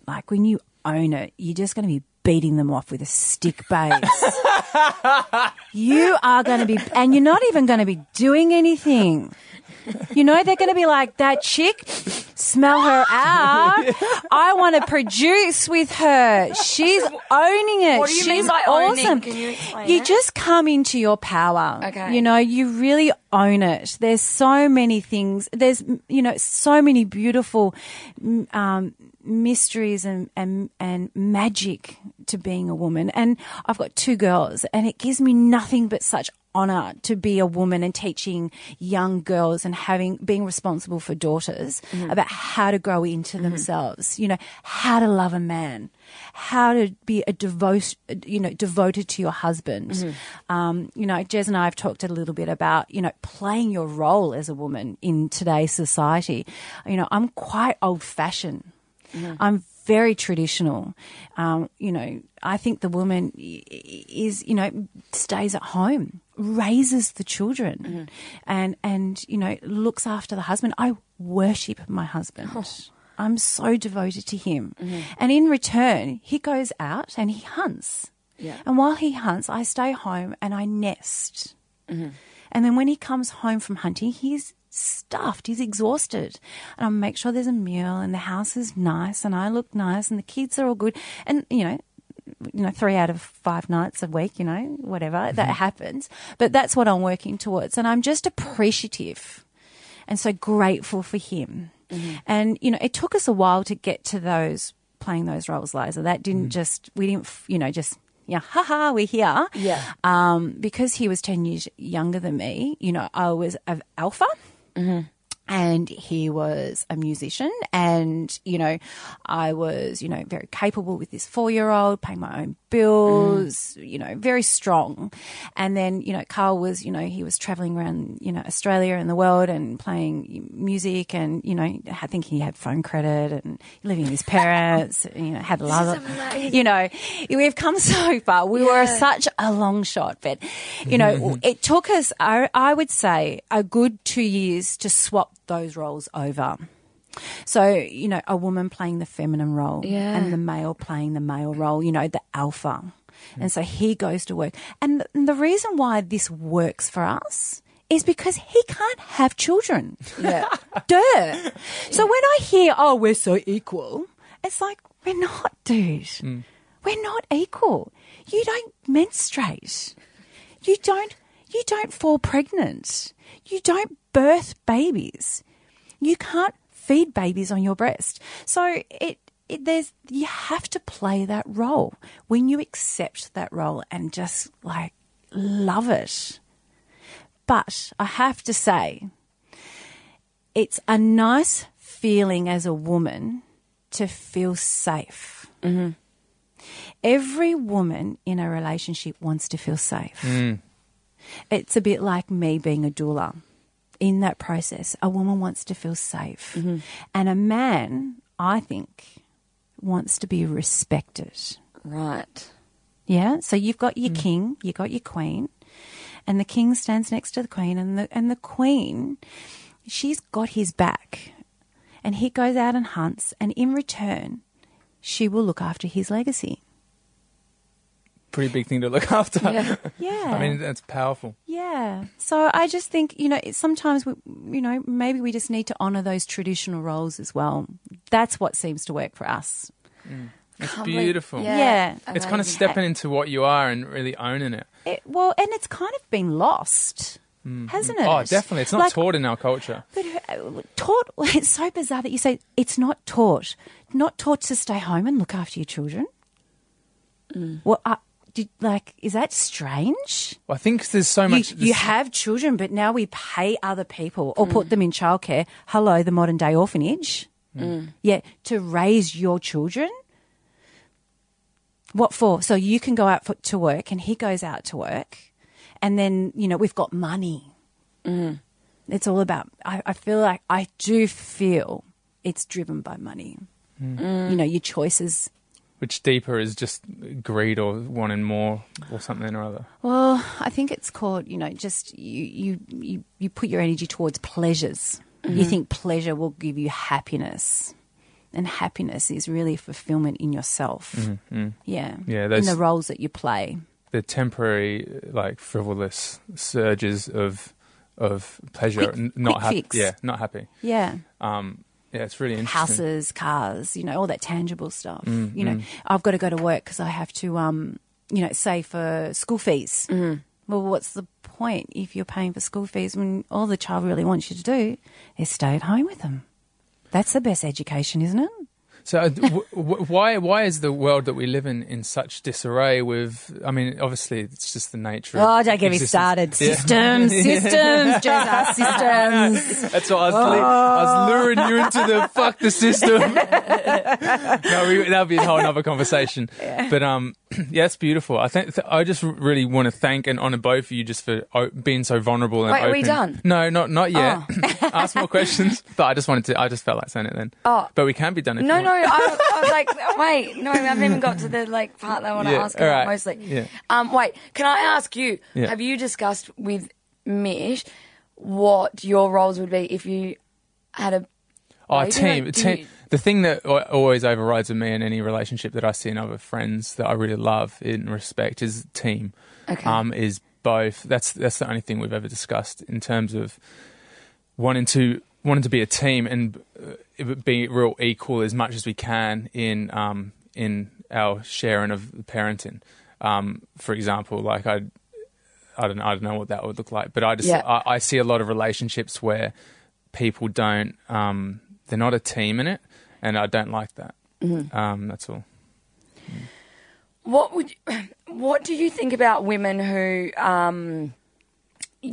B: like when you own it, you're just going to be beating them off with a stick base. you are going to be, and you're not even going to be doing anything. You know, they're going to be like, that chick, smell her out. I want to produce with her. She's owning it.
C: What do you
B: She's
C: mean by owning?
B: awesome.
C: Can you explain
B: You
C: that?
B: just come into your power.
C: Okay.
B: You know, you really own it. There's so many things. There's, you know, so many beautiful mm, um, mysteries and, and, and magic to being a woman. And I've got two girls, and it gives me nothing but such honor to be a woman and teaching young girls and having being responsible for daughters about how to grow into themselves you know how to love a man how to be a devote you know devoted to your husband um, you know jez and i have talked a little bit about you know playing your role as a woman in today's society you know i'm quite old fashioned I'm very traditional. Um, you know, I think the woman i- i- is, you know, stays at home, raises the children, and and you know looks after the husband. I worship my husband. I'm so devoted to him, and in return, he goes out and he hunts.
C: Yeah.
B: And while he hunts, I stay home and I nest. And then when he comes home from hunting, he's stuffed, he's exhausted. And I make sure there's a meal and the house is nice and I look nice and the kids are all good. And, you know, you know, three out of five nights a week, you know, whatever that happens. But that's what I'm working towards. And I'm just appreciative and so grateful for him. And, you know, it took us a while to get to those playing those roles, Liza. That didn't just, we didn't, f- you know, just, yeah, haha, we're here
C: Yeah.
B: um, because he was 10 years younger than me, you know, I was of alpha. And he was a musician, and you know, I was you know very capable with this four-year-old, paying my own bills, you know, very strong. And then you know, Carl was you know he was traveling around you know Australia and the world and playing music, and you know, I think he had phone credit and living with his parents, and, you know, had a lot of, you know, we've come so far. We were such a long shot, but you know, it took us, I, I would say, a good two years to swap those roles over. So, you know, a woman playing the feminine role
C: Yeah.
B: and the male playing the male role, you know, the alpha. And so he goes to work. And th- the reason why this works for us is because he can't have children
C: Yeah.
B: dirt. So when I hear, oh, we're so equal, it's like, we're not, dude.
C: Mm.
B: We're not equal. You don't menstruate. You don't, you don't fall pregnant. You don't birth babies. You can't feed babies on your breast. So it, it, there's you have to play that role when you accept that role and just like love it. But I have to say, it's a nice feeling as a woman to feel safe. Every woman in a relationship wants to feel safe. It's a bit like me being a doula. In that process, a woman wants to feel safe.
A: Mm-hmm.
B: And a man, I think, wants to be respected.
C: Right.
B: Yeah. So you've got
A: Mm.
B: your king, you've got your queen, and the king stands next to the queen, and the and the queen, she's got his back, and he goes out and hunts, and in return, she will look after his legacy.
A: Pretty big thing to look after.
C: Yeah.
B: Yeah.
A: I mean, that's powerful.
B: Yeah. So I just think, you know, it's sometimes, we, you know, maybe we just need to honour those traditional roles as well. That's what seems to work for us.
A: It's
C: Can't believe-
A: beautiful.
B: Yeah.
A: It's kind of
C: Amazing.
A: stepping into what you are and really owning it.
B: It, well, and it's kind of been lost, hasn't it?
A: Oh, definitely. It's not
B: Like,
A: taught in our culture.
B: But uh, taught, it's so bizarre that you say it's not taught. Not taught to stay home and look after your children. Well, uh, did, like, is that strange?
A: I think there's so
B: You,
A: much.
B: you have children, but now we pay other people or put them in childcare. Hello, the modern day orphanage. Yeah, to raise your children. What for? So you can go out for, to work and he goes out to work. And then, you know, we've got money. It's all about, I, I feel like, I do feel it's driven by money. You know, your choices.
A: which deeper is just greed or wanting more or something or other.
B: Well, I think it's called, you know, just you you you, you put your energy towards pleasures.
A: Mm-hmm.
B: You think pleasure will give you happiness. And happiness is really fulfillment in yourself. Yeah.
A: Mm-hmm. Yeah,
B: in
A: those-
B: the roles that you play.
A: The temporary, uh, like frivolous surges of of pleasure,
B: Quick-
A: n- not
B: quick
A: happy.
B: fix.
A: Yeah, not happy.
B: Yeah.
A: Um, yeah, it's really interesting.
B: houses, cars, you know, all that tangible stuff.
A: Mm,
B: you know, I've got to go to work because I have to, um, you know, save for school fees.
A: Mm-hmm.
B: Mm. Well, what's the point if you're paying for school fees when all the child really wants you to do is stay at home with them? That's the best education, isn't it?
A: So uh, w- w- why why is the world that we live in in such disarray? With I mean, obviously it's just the nature.
B: Oh,
A: of
B: don't get me
A: existence. Yeah.
B: started. Systems, systems, Jesus, systems.
A: That's what I was, li- I
C: Oh.
A: was luring you into the fuck the system. no, we, that'll be a whole other conversation. But um, yeah, it's beautiful. I think th- I just r- really want to thank and honor both of you just for o- being so vulnerable and
C: Wait,
A: open.
C: are we done?
A: No, not not yet. Ask more questions. But I just wanted to. I just felt like saying it then.
C: Oh.
A: but we can be done. If
C: No,
A: you
C: no,
A: want.
C: I, I was like, oh, wait, no, I haven't even got to the like part that I want to
A: Yeah,
C: ask about
A: alright,
C: mostly.
A: yeah.
C: Um, wait, can I ask you?
A: Yeah.
C: Have you discussed with Mish what your roles would be if you had a?
A: Our
C: Like, do you
A: Oh, team,
C: like- do
A: team.
C: you-
A: The thing that al- always overrides with me in any relationship that I see in other friends that I really love and respect is team.
C: Okay.
A: Um, is both. That's that's the only thing we've ever discussed in terms of wanting to wanting to be a team and uh, it would be real equal as much as we can in um in our sharing of parenting. Um, for example, like I, I don't I don't know what that would look like, but I just
C: Yeah.
A: I, I see a lot of relationships where people don't um they're not a team in it, and I don't like that.
C: Mm-hmm.
A: Um, that's all.
C: What would? What do you think about women who um,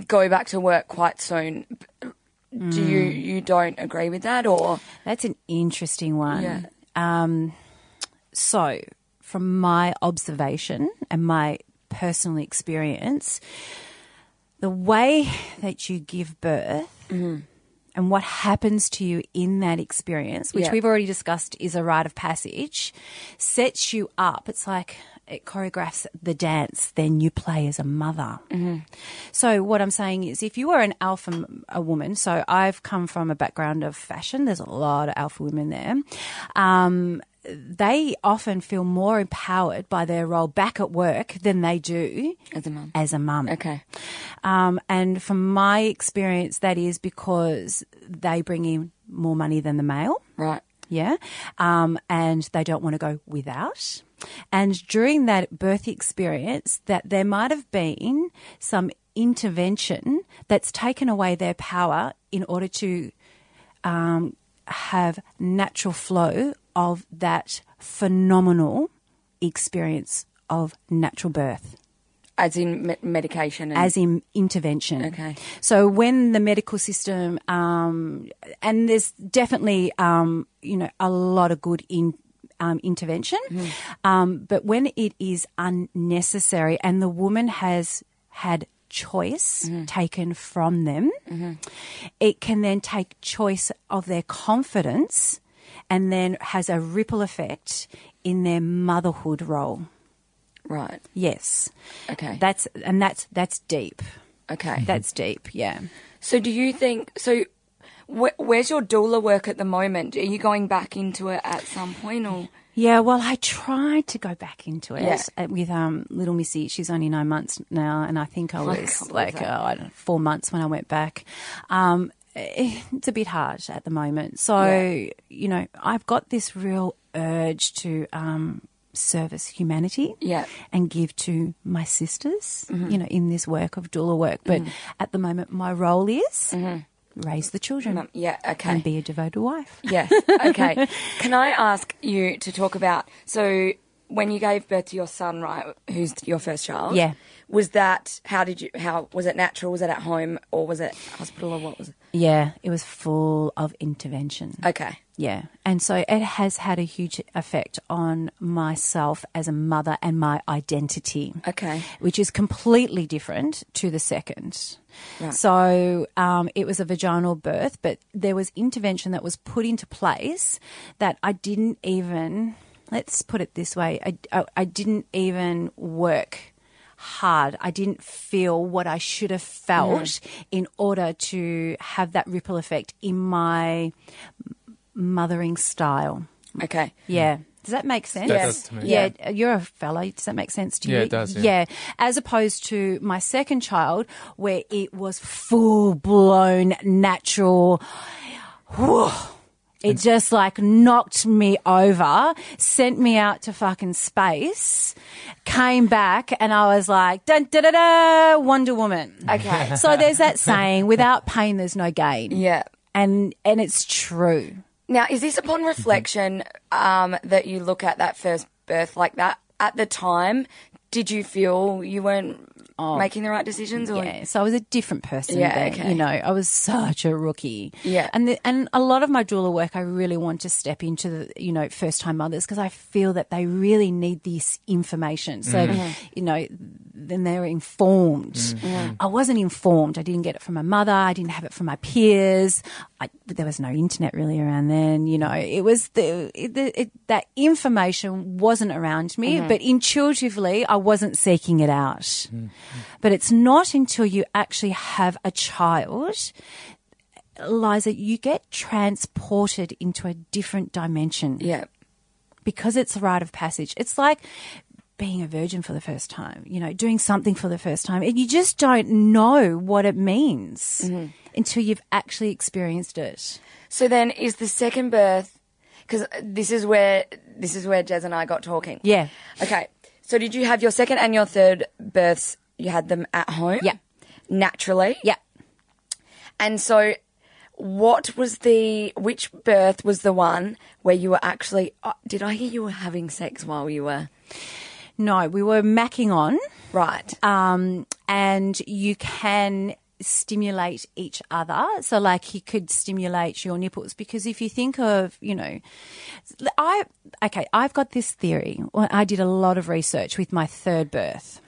C: go back to work quite soon? Do you you don't agree with that or?
B: That's an interesting one.
C: Yeah.
B: Um, so, from my observation and my personal experience, the way that you give birth and what happens to you in that experience, which
C: Yeah.
B: we've already discussed is a rite of passage, sets you up. It's like it choreographs the dance, then you play as a mother. So, what I'm saying is, if you are an alpha m- a woman, so I've come from a background of fashion, there's a lot of alpha women there. Um, they often feel more empowered by their role back at work than they do
C: As a mum.
B: As a mum.
C: Okay.
B: Um, and from my experience, that is because they bring in more money than the male.
C: Right.
B: Yeah. Um, and they don't want to go without. And during that birth experience, that there might have been some intervention that's taken away their power in order to um, have natural flow of that phenomenal experience of natural birth
C: As in me- medication. And,
B: as in intervention.
C: Mm. Okay.
B: So when the medical system, um, and there's definitely, um, you know, a lot of good in. Um, intervention,
C: Mm.
B: um, but when it is unnecessary and the woman has had choice
C: Mm-hmm.
B: taken from them, it can then take choice of their confidence and then has a ripple effect in their motherhood role.
C: right.
B: Yes.
C: Okay.
B: That's and that's that's deep.
C: okay.
B: That's deep, yeah.
C: So do you think so? Wh- where's your doula work at the moment? Are you going back into it at some point, or
B: Yeah, well, I tried to go back into it
C: Yeah.
B: uh, with um, little Missy. She's only nine months now, and I think I was
C: Oh, can't believe
B: like
C: that.
B: uh, I don't know, four months when I went back. Um, eh, it's a bit hard at the moment. So,
C: Yeah.
B: you know, I've got this real urge to um, service humanity
C: Yeah. Mm-hmm.
B: and give to my sisters, you know, in this work of doula work. But at the moment, my role is raise the children
C: um, yeah? Okay.
B: Mm. and be a devoted wife.
C: Yes. Okay. Can I ask you to talk about so when you gave birth to your son, right? Who's your first child?
B: Yeah.
C: Was that how did you? How was it natural? Was it at home or was it hospital or what was it?
B: Yeah, it was full of intervention.
C: Okay.
B: Yeah. And so it has had a huge effect on myself as a mother and my identity.
C: Okay.
B: Which is completely different to the second.
C: Right.
B: So um, it was a vaginal birth, but there was intervention that was put into place that I didn't even, let's put it this way, I, I, I didn't even work hard. I didn't feel what I should have felt in order to have that ripple effect in my mothering style.
C: Okay.
B: Yeah. Does that make sense?
A: That does to me.
B: Yeah, you're a fellow. Does that make sense to you?
A: Yeah, it does, yeah.
B: As opposed to my second child, where it was full blown natural. Whew. It just like knocked me over, sent me out to fucking space, came back, and I was like, dun, da, da, da, Wonder Woman.
C: Okay.
B: So there's that saying, without pain, there's no gain.
C: Yeah.
B: And, and it's true.
C: Now, is this upon reflection um, that you look at that first birth like that? At the time, did you feel you weren't making the right decisions? Or
B: Yeah, so I was a different person.
C: Yeah,
B: then,
C: okay.
B: You know, I was such a rookie.
C: Yeah.
B: and the, and a lot of my doula work, I really want to step into the you know first time mothers because I feel that they really need this information. So you know, then they're informed. I wasn't informed. I didn't get it from my mother. I didn't have it from my peers. I, there was no internet really around then. You know, it was the, it, the it, that information wasn't around me, but intuitively, I wasn't seeking it out. But it's not until you actually have a child, Liza, you get transported into a different dimension
C: yeah,
B: because it's a rite of passage. It's like being a virgin for the first time, you know, doing something for the first time. And you just don't know what it means until you've actually experienced it.
C: So then, is the second birth? Because this is where this is where Jez and I got talking.
B: Yeah.
C: Okay. So did you have your second and your third births? You had them at home.
B: Yeah.
C: Naturally.
B: Yeah.
C: And so, what was the which birth was the one where you were actually? Uh, did I hear you were having sex while you were
B: No, we were macking on.
C: right?
B: um, and you can stimulate each other. So, like, you could stimulate your nipples because if you think of, you know, I okay, I've got this theory. Well, I did a lot of research with my third birth.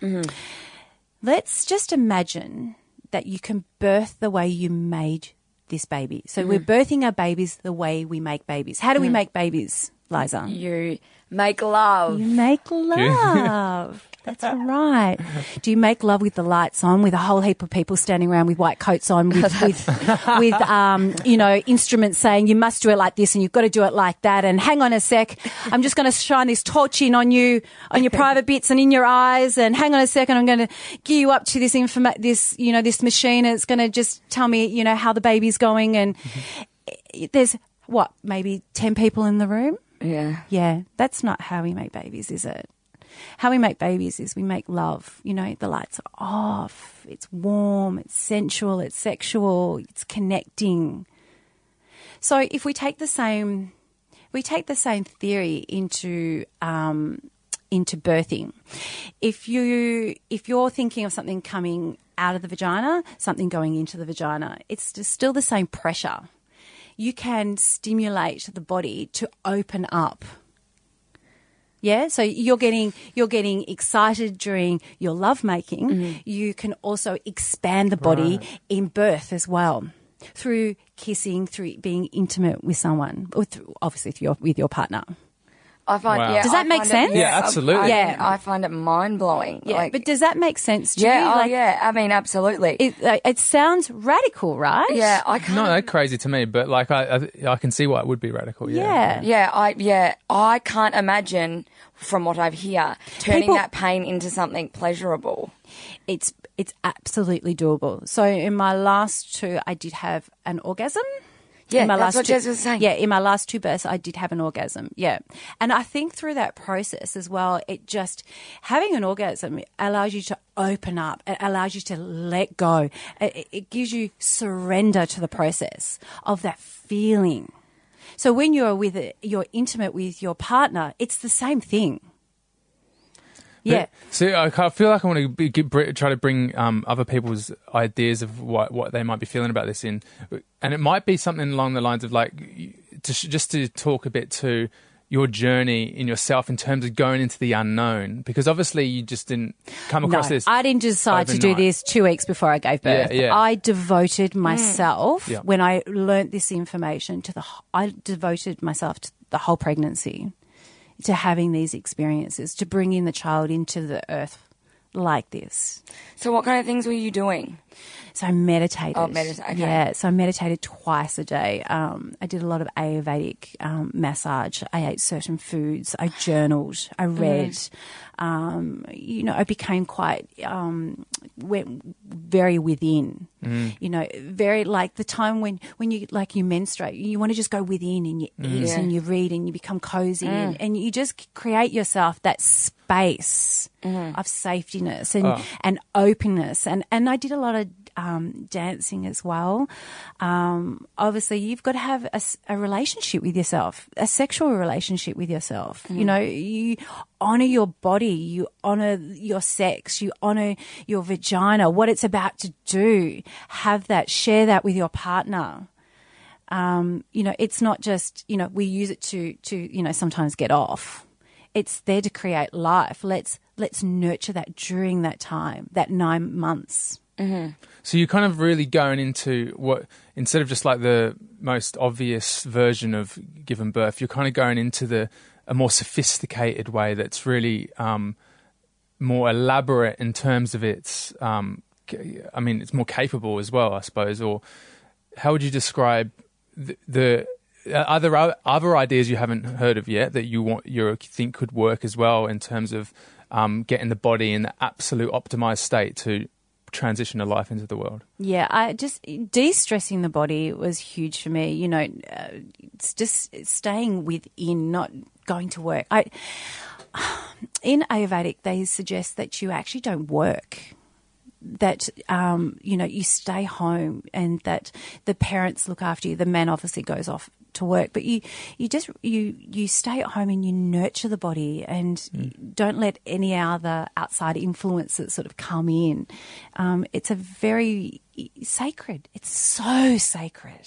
B: Let's just imagine that you can birth the way you made this baby. So we're birthing our babies the way we make babies. How do we make babies, Liza?
C: you make love.
B: You make love. That's right. Do you make love with the lights on, with a whole heap of people standing around with white coats on, with with, with um, you know instruments saying you must do it like this and you've got to do it like that, and hang on a sec, I'm just going to shine this torch in on you, on your private bits and in your eyes, and hang on a second, I'm going to gear you up to this informa- this you know this machine, and it's going to just tell me you know how the baby's going, and it- there's what maybe ten people in the room.
C: Yeah.
B: Yeah, that's not how we make babies, is it? How we make babies is we make love. You know, the lights are off. It's warm, it's sensual, it's sexual, it's connecting. So if we take the same we take the same theory into um, into birthing. If you if you're thinking of something coming out of the vagina, something going into the vagina, it's just still the same pressure. You can stimulate the body to open up. Yeah, so you're getting you're getting excited during your lovemaking. You can also expand the body in birth as well through kissing, through being intimate with someone, or through, obviously through your, with your partner.
C: I find.
A: Wow.
C: Yeah,
A: Does
C: I
B: that make
C: find it-
B: sense?
A: Yeah,
C: I-
A: absolutely.
C: I,
B: Yeah.
C: I find it mind blowing.
B: Yeah, but does that make sense to you?
C: yeah, oh
B: Like,
C: yeah. I mean, absolutely.
B: It, like, it sounds radical, right?
C: yeah, oh, I can't.
A: Not that crazy to me, but like I, I, I can see why it would be radical. Yeah.
B: Yeah.
C: Yeah, I yeah, I can't imagine from what I've hear turning
B: People-
C: that pain into something pleasurable.
B: It's it's absolutely doable. So in my last two, I did have an orgasm.
C: Yeah,
B: In my
C: that's
B: last
C: what
B: two-
C: Jez was saying.
B: Yeah, in my last two births, I did have an orgasm. Yeah, and I think through that process as well, it just having an orgasm allows you to open up. It allows you to let go. It, it- it gives you surrender to the process of that feeling. So when you're with it, you're intimate with your partner. It's the same thing. Yeah.
A: See, I ca- feel like I want to be, get, br- try to bring um, other people's ideas of what what they might be feeling about this in, and it might be something along the lines of like, y- to sh- just to talk a bit to your journey in yourself in terms of going into the unknown, because obviously you just didn't come across
B: no,
A: this.
B: I didn't decide to do
A: overnight.
B: this two weeks before I gave birth.
A: Yeah, yeah.
B: I devoted myself
A: Yeah.
B: when I learnt this information to the. wh- I devoted myself to the whole pregnancy, to having these experiences, to bringing the child into the earth like this.
C: So what kind of things were you doing?
B: So I meditated.
C: Oh, medit- okay.
B: Yeah, so I meditated twice a day. Um, I did a lot of Ayurvedic um, massage. I ate certain foods. I journaled. I
C: Mm.
B: read. Um, you know, I became quite um, went very within.
C: Mm.
B: You know, very like the time when when you like you menstruate, you want to just go within and you eat
C: Mm. Yeah.
B: and you read and you become cozy and, and you just create yourself that space space of safetiness and, and openness. And, and I did a lot of um, dancing as well. Um, obviously, you've got to have a, s- a relationship with yourself, a sexual relationship with yourself. You know, you honor your body, you honor your sex, you honor your vagina, what it's about to do. Have that, share that with your partner you know it's not just you know we use it to to you know sometimes get off it's there to create life let's let's nurture that during that time that nine months
A: So you're kind of really going into what instead of just like the most obvious version of giving birth, you're kind of going into the a more sophisticated way that's really um, more elaborate in terms of its. Um, c- I mean, it's more capable as well, I suppose. Or how would you describe the, the uh, other other ideas you haven't heard of yet that you want you think could work as well in terms of um, getting the body in the absolute optimized state to transition a life into the world.
B: yeah i just de-stressing the body was huge for me you know uh, it's just staying within not going to work i in ayurvedic they suggest that you actually don't work that um, you know you stay home and that the parents look after you. The man obviously goes off to work, but you you just you you stay at home and you nurture the body and don't let any other outside influences sort of come in. Um, it's a very e, sacred. It's so sacred,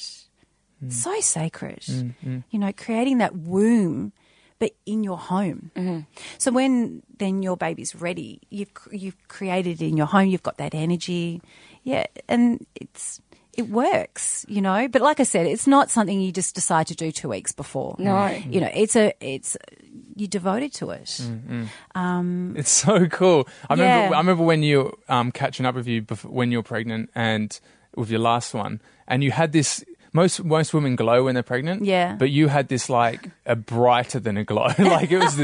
B: so sacred.
A: Mm,
B: You know, creating that womb. But in your home,
A: Mm-hmm.
B: so when then your baby's ready, you've cr- you've created it in your home. You've got that energy, yeah, and it's it works, you know. But like I said, it's not something you just decide to do two weeks before.
C: No.
B: you know, it's a it's you're devoted to it.
A: Mm. It's so cool. I remember
B: Mm. Yeah.
A: I remember when you um catching up with you before, when you were pregnant and with your last one and you had this most most women glow when they're pregnant.
B: Yeah.
A: But you had this like a brighter than a glow. like it was the,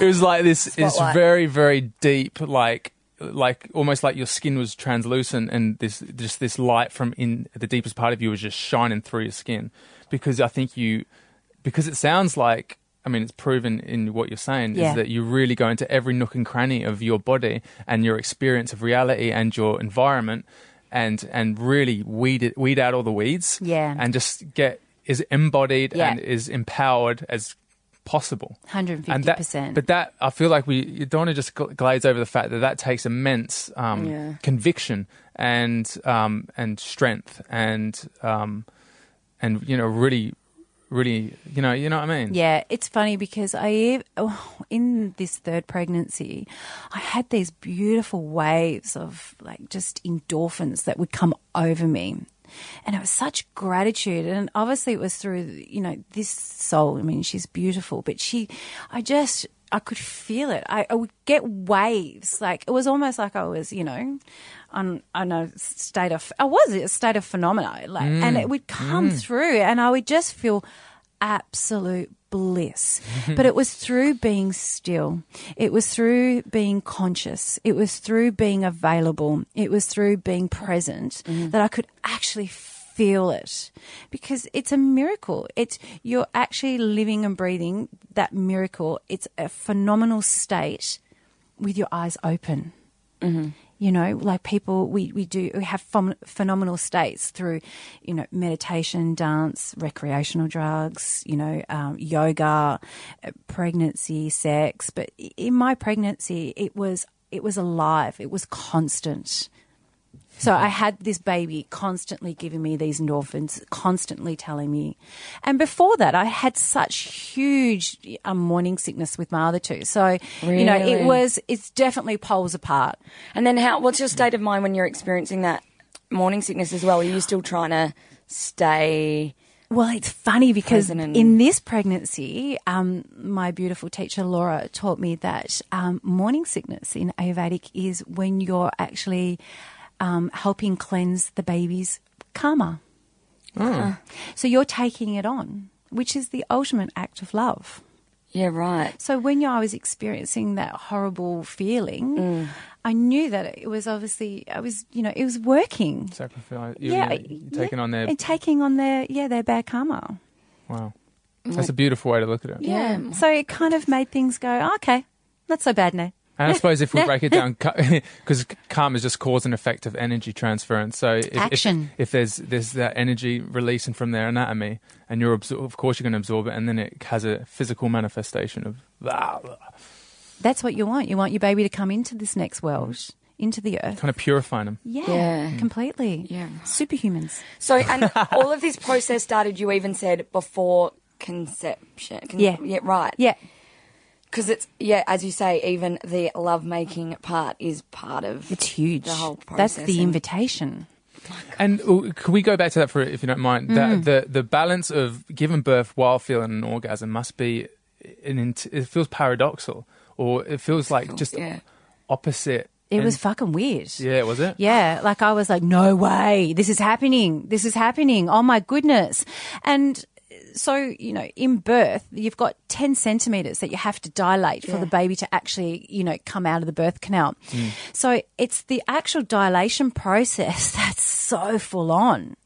A: it was like this this
C: Spotlight.
A: very very deep like like almost like your skin was translucent and this just this light from in the deepest part of you was just shining through your skin because I think you because it sounds like I mean it's proven in what you're saying
B: Yeah.
A: is that you really go into every nook and cranny of your body and your experience of reality and your environment and and really weed it, weed out all the weeds
B: Yeah.
A: and just get is embodied
B: Yeah.
A: and is empowered as possible And that-
B: 150%.
A: but that I feel like we you don't want to just gl- glaze over the fact that that takes immense um,
C: Yeah.
A: conviction and um, and strength and um, and you know really really you know you know what I mean
B: Yeah, it's funny because I ev- oh, in this third pregnancy, I had these beautiful waves of like just endorphins that would come over me. And it was such gratitude. And obviously it was through, you know, this soul. I mean, she's beautiful, but she, I just, I could feel it. I, I would get waves. Like it was almost like I was, you know, on on a state of I was in a state of phenomena. Like, and it would come through, and I would just feel absolute bliss. but it was through being still. It was through being conscious. It was through being available. It was through being present that I could actually feel it because it's a miracle it's you're actually living and breathing that miracle it's a phenomenal state with your eyes open you know like people we, we do we have phen phenomenal states through you know meditation dance recreational drugs you know um, yoga uh, pregnancy sex but i- in my pregnancy it was it was alive it was constant so I had this baby constantly giving me these endorphins, constantly telling me. And before that, I had such huge um, morning sickness with my other two. So, you know,
C: Really?
B: it was, it's definitely poles apart.
C: And then how? What's your state of mind when you're experiencing that morning sickness as well? Are you still trying to stay?
B: Well, it's funny because
C: Present and-
B: in this pregnancy, um, my beautiful teacher Laura taught me that um, morning sickness in Ayurvedic is when you're actually um, helping cleanse the baby's karma.
A: Hmm.
B: Uh, So you're taking it on, which is the ultimate act of love.
C: Yeah, right.
B: So when I was experiencing that horrible feeling,
A: Mm.
B: I knew that it was obviously I was you know it was working.
A: sacrifice you, yeah, taking
B: yeah,
A: on their
B: and taking on their yeah their bad karma.
A: wow that's a beautiful way to look at it
C: Yeah.
B: So it kind of made things go, "Oh, okay, Not so bad, no.
A: And I suppose if we break it down, because karma is just cause and effect of energy transference. So if, if-
B: Action.
A: If, there's there's that energy releasing from their anatomy, and you're absor- of course you're going to absorb it, and then it has a physical manifestation of.
B: That's what you want. You want your baby to come into this next world, into the earth.
A: kind of purifying them.
B: Yeah,
C: Yeah.
B: completely.
C: Yeah.
B: Superhumans.
C: So, and all of this process started, you even said, before conception. Con-
B: Yeah.
C: Yeah, right.
B: Yeah.
C: Because it's, yeah, as you say, even the lovemaking part is part of
B: It's huge.
C: The whole
B: That's
C: processing.
B: the invitation.
A: And uh, can we go back to that for if you don't mind? That
B: Mm.
A: the the balance of giving birth while feeling an orgasm must be, an int- it feels paradoxal, or it feels like just
C: yeah.
A: opposite.
B: It
A: And-
B: was fucking weird.
A: yeah, was it?
B: Yeah, like I was like, no way, this is happening, this is happening, oh my goodness. And so, you know, in birth, you've got 10 centimeters that you have to dilate for
C: Yeah.
B: the baby to actually, you know, come out of the birth canal. So it's the actual dilation process that's so full on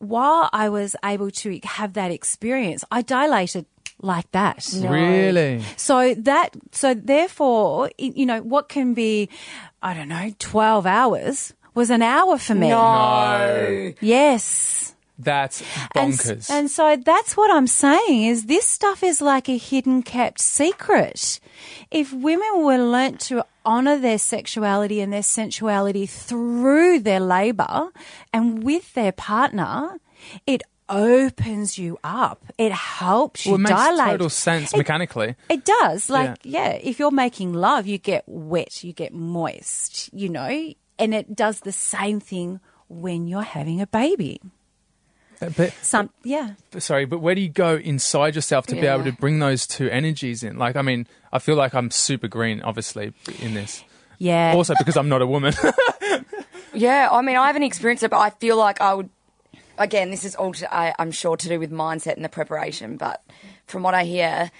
B: while I was able to have that experience, I dilated like that.
A: Really?
B: So that, so therefore, y- you know, what can be, I don't know, 12 hours was an hour for me.
A: No,
B: Yes.
A: that's
B: And s-
A: bonkers.
B: And, so that's what I'm saying is this stuff is like a hidden kept secret. If women were learnt to honor their sexuality and their sensuality through their labor and with their partner, it opens you up. It helps you
A: well, it makes
B: dilate.
A: total sense
B: It-
A: mechanically.
B: it does. Like, yeah. if you're making love, you get wet, you get moist, you know, and it does the same thing when you're having a baby.
A: But
B: Some, yeah.
A: sorry, but where do you go inside yourself to be
C: Yeah.
A: able to bring those two energies in? Like, I mean, I feel like I'm super green, obviously, in this.
B: Yeah.
A: Also, because I'm not a woman.
C: Yeah, I mean, I haven't experienced it, but I feel like I would. Again, this is all to, I, I'm sure to do with mindset and the preparation. But from what I hear,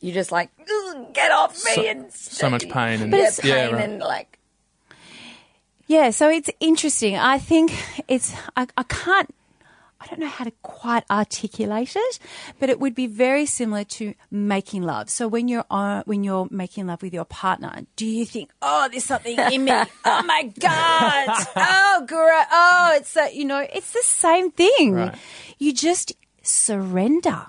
C: you just like "Ugh, get off me
A: So-
C: and
A: so much pain and-
C: but it's pain
A: yeah, right.
C: and like
B: Yeah, so it's interesting. I think it's, I, I can't, I don't know how to quite articulate it, but it would be very similar to making love. So when you're on, when you're making love with your partner, do you think, oh, there's something in me? Oh my God. Oh, girl. Oh, it's a, you know, it's the same thing.
A: Right.
B: You just surrender,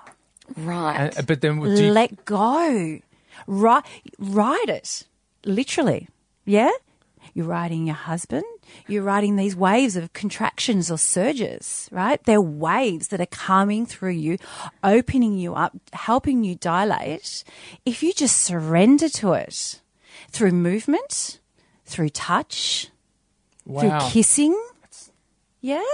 C: right.
A: And- Uh, but then, do you,
B: let go, right, ride it, literally. Yeah? You're riding your husband. You're riding these waves of contractions or surges, right? They're waves that are coming through you, opening you up, helping you dilate. If you just surrender to it through movement, through touch,
A: wow.
B: through kissing, yeah?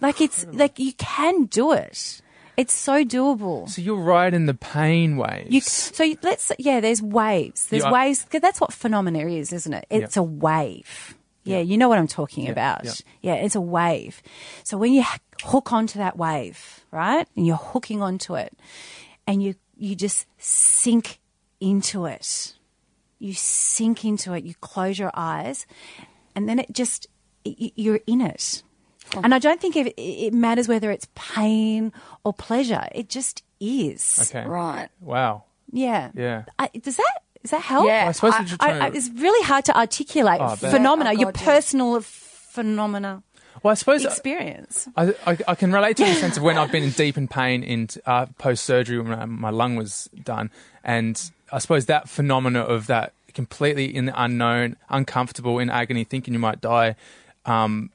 B: Like it's like you can do it. It's so doable.
A: So you're riding the pain waves.
B: You, so you- let's yeah, there's waves. There's
A: Yeah, I-
B: waves. 'cause that's what phenomena is, isn't it? It's a wave. Yeah, you know what I'm talking about. Yeah. it's a wave. So when you h- hook onto that wave, right, and you're hooking onto it, and you you just sink into it. You sink into it. You close your eyes, and then it just y- y- you're in it. And I don't think it, it matters whether it's pain or pleasure. It just is.
A: okay.
C: Right.
A: Wow.
B: Yeah.
A: Yeah.
B: I, does that does that help?
C: Yeah.
A: I suppose
C: I-
A: I, you're
B: I,
A: trying
B: I,
A: to-
B: it's really hard to articulate
A: I bet.
B: phenomena,
C: Yeah, oh
B: your
C: God, yeah.
B: personal phenomena
A: well, I suppose uh,
B: experience.
A: I, I, I can relate to the sense of when I've been in deep in pain in uh, post surgery when my, my lung was done, and I suppose that phenomena of that completely in the unknown, uncomfortable, in agony, thinking you might die, um,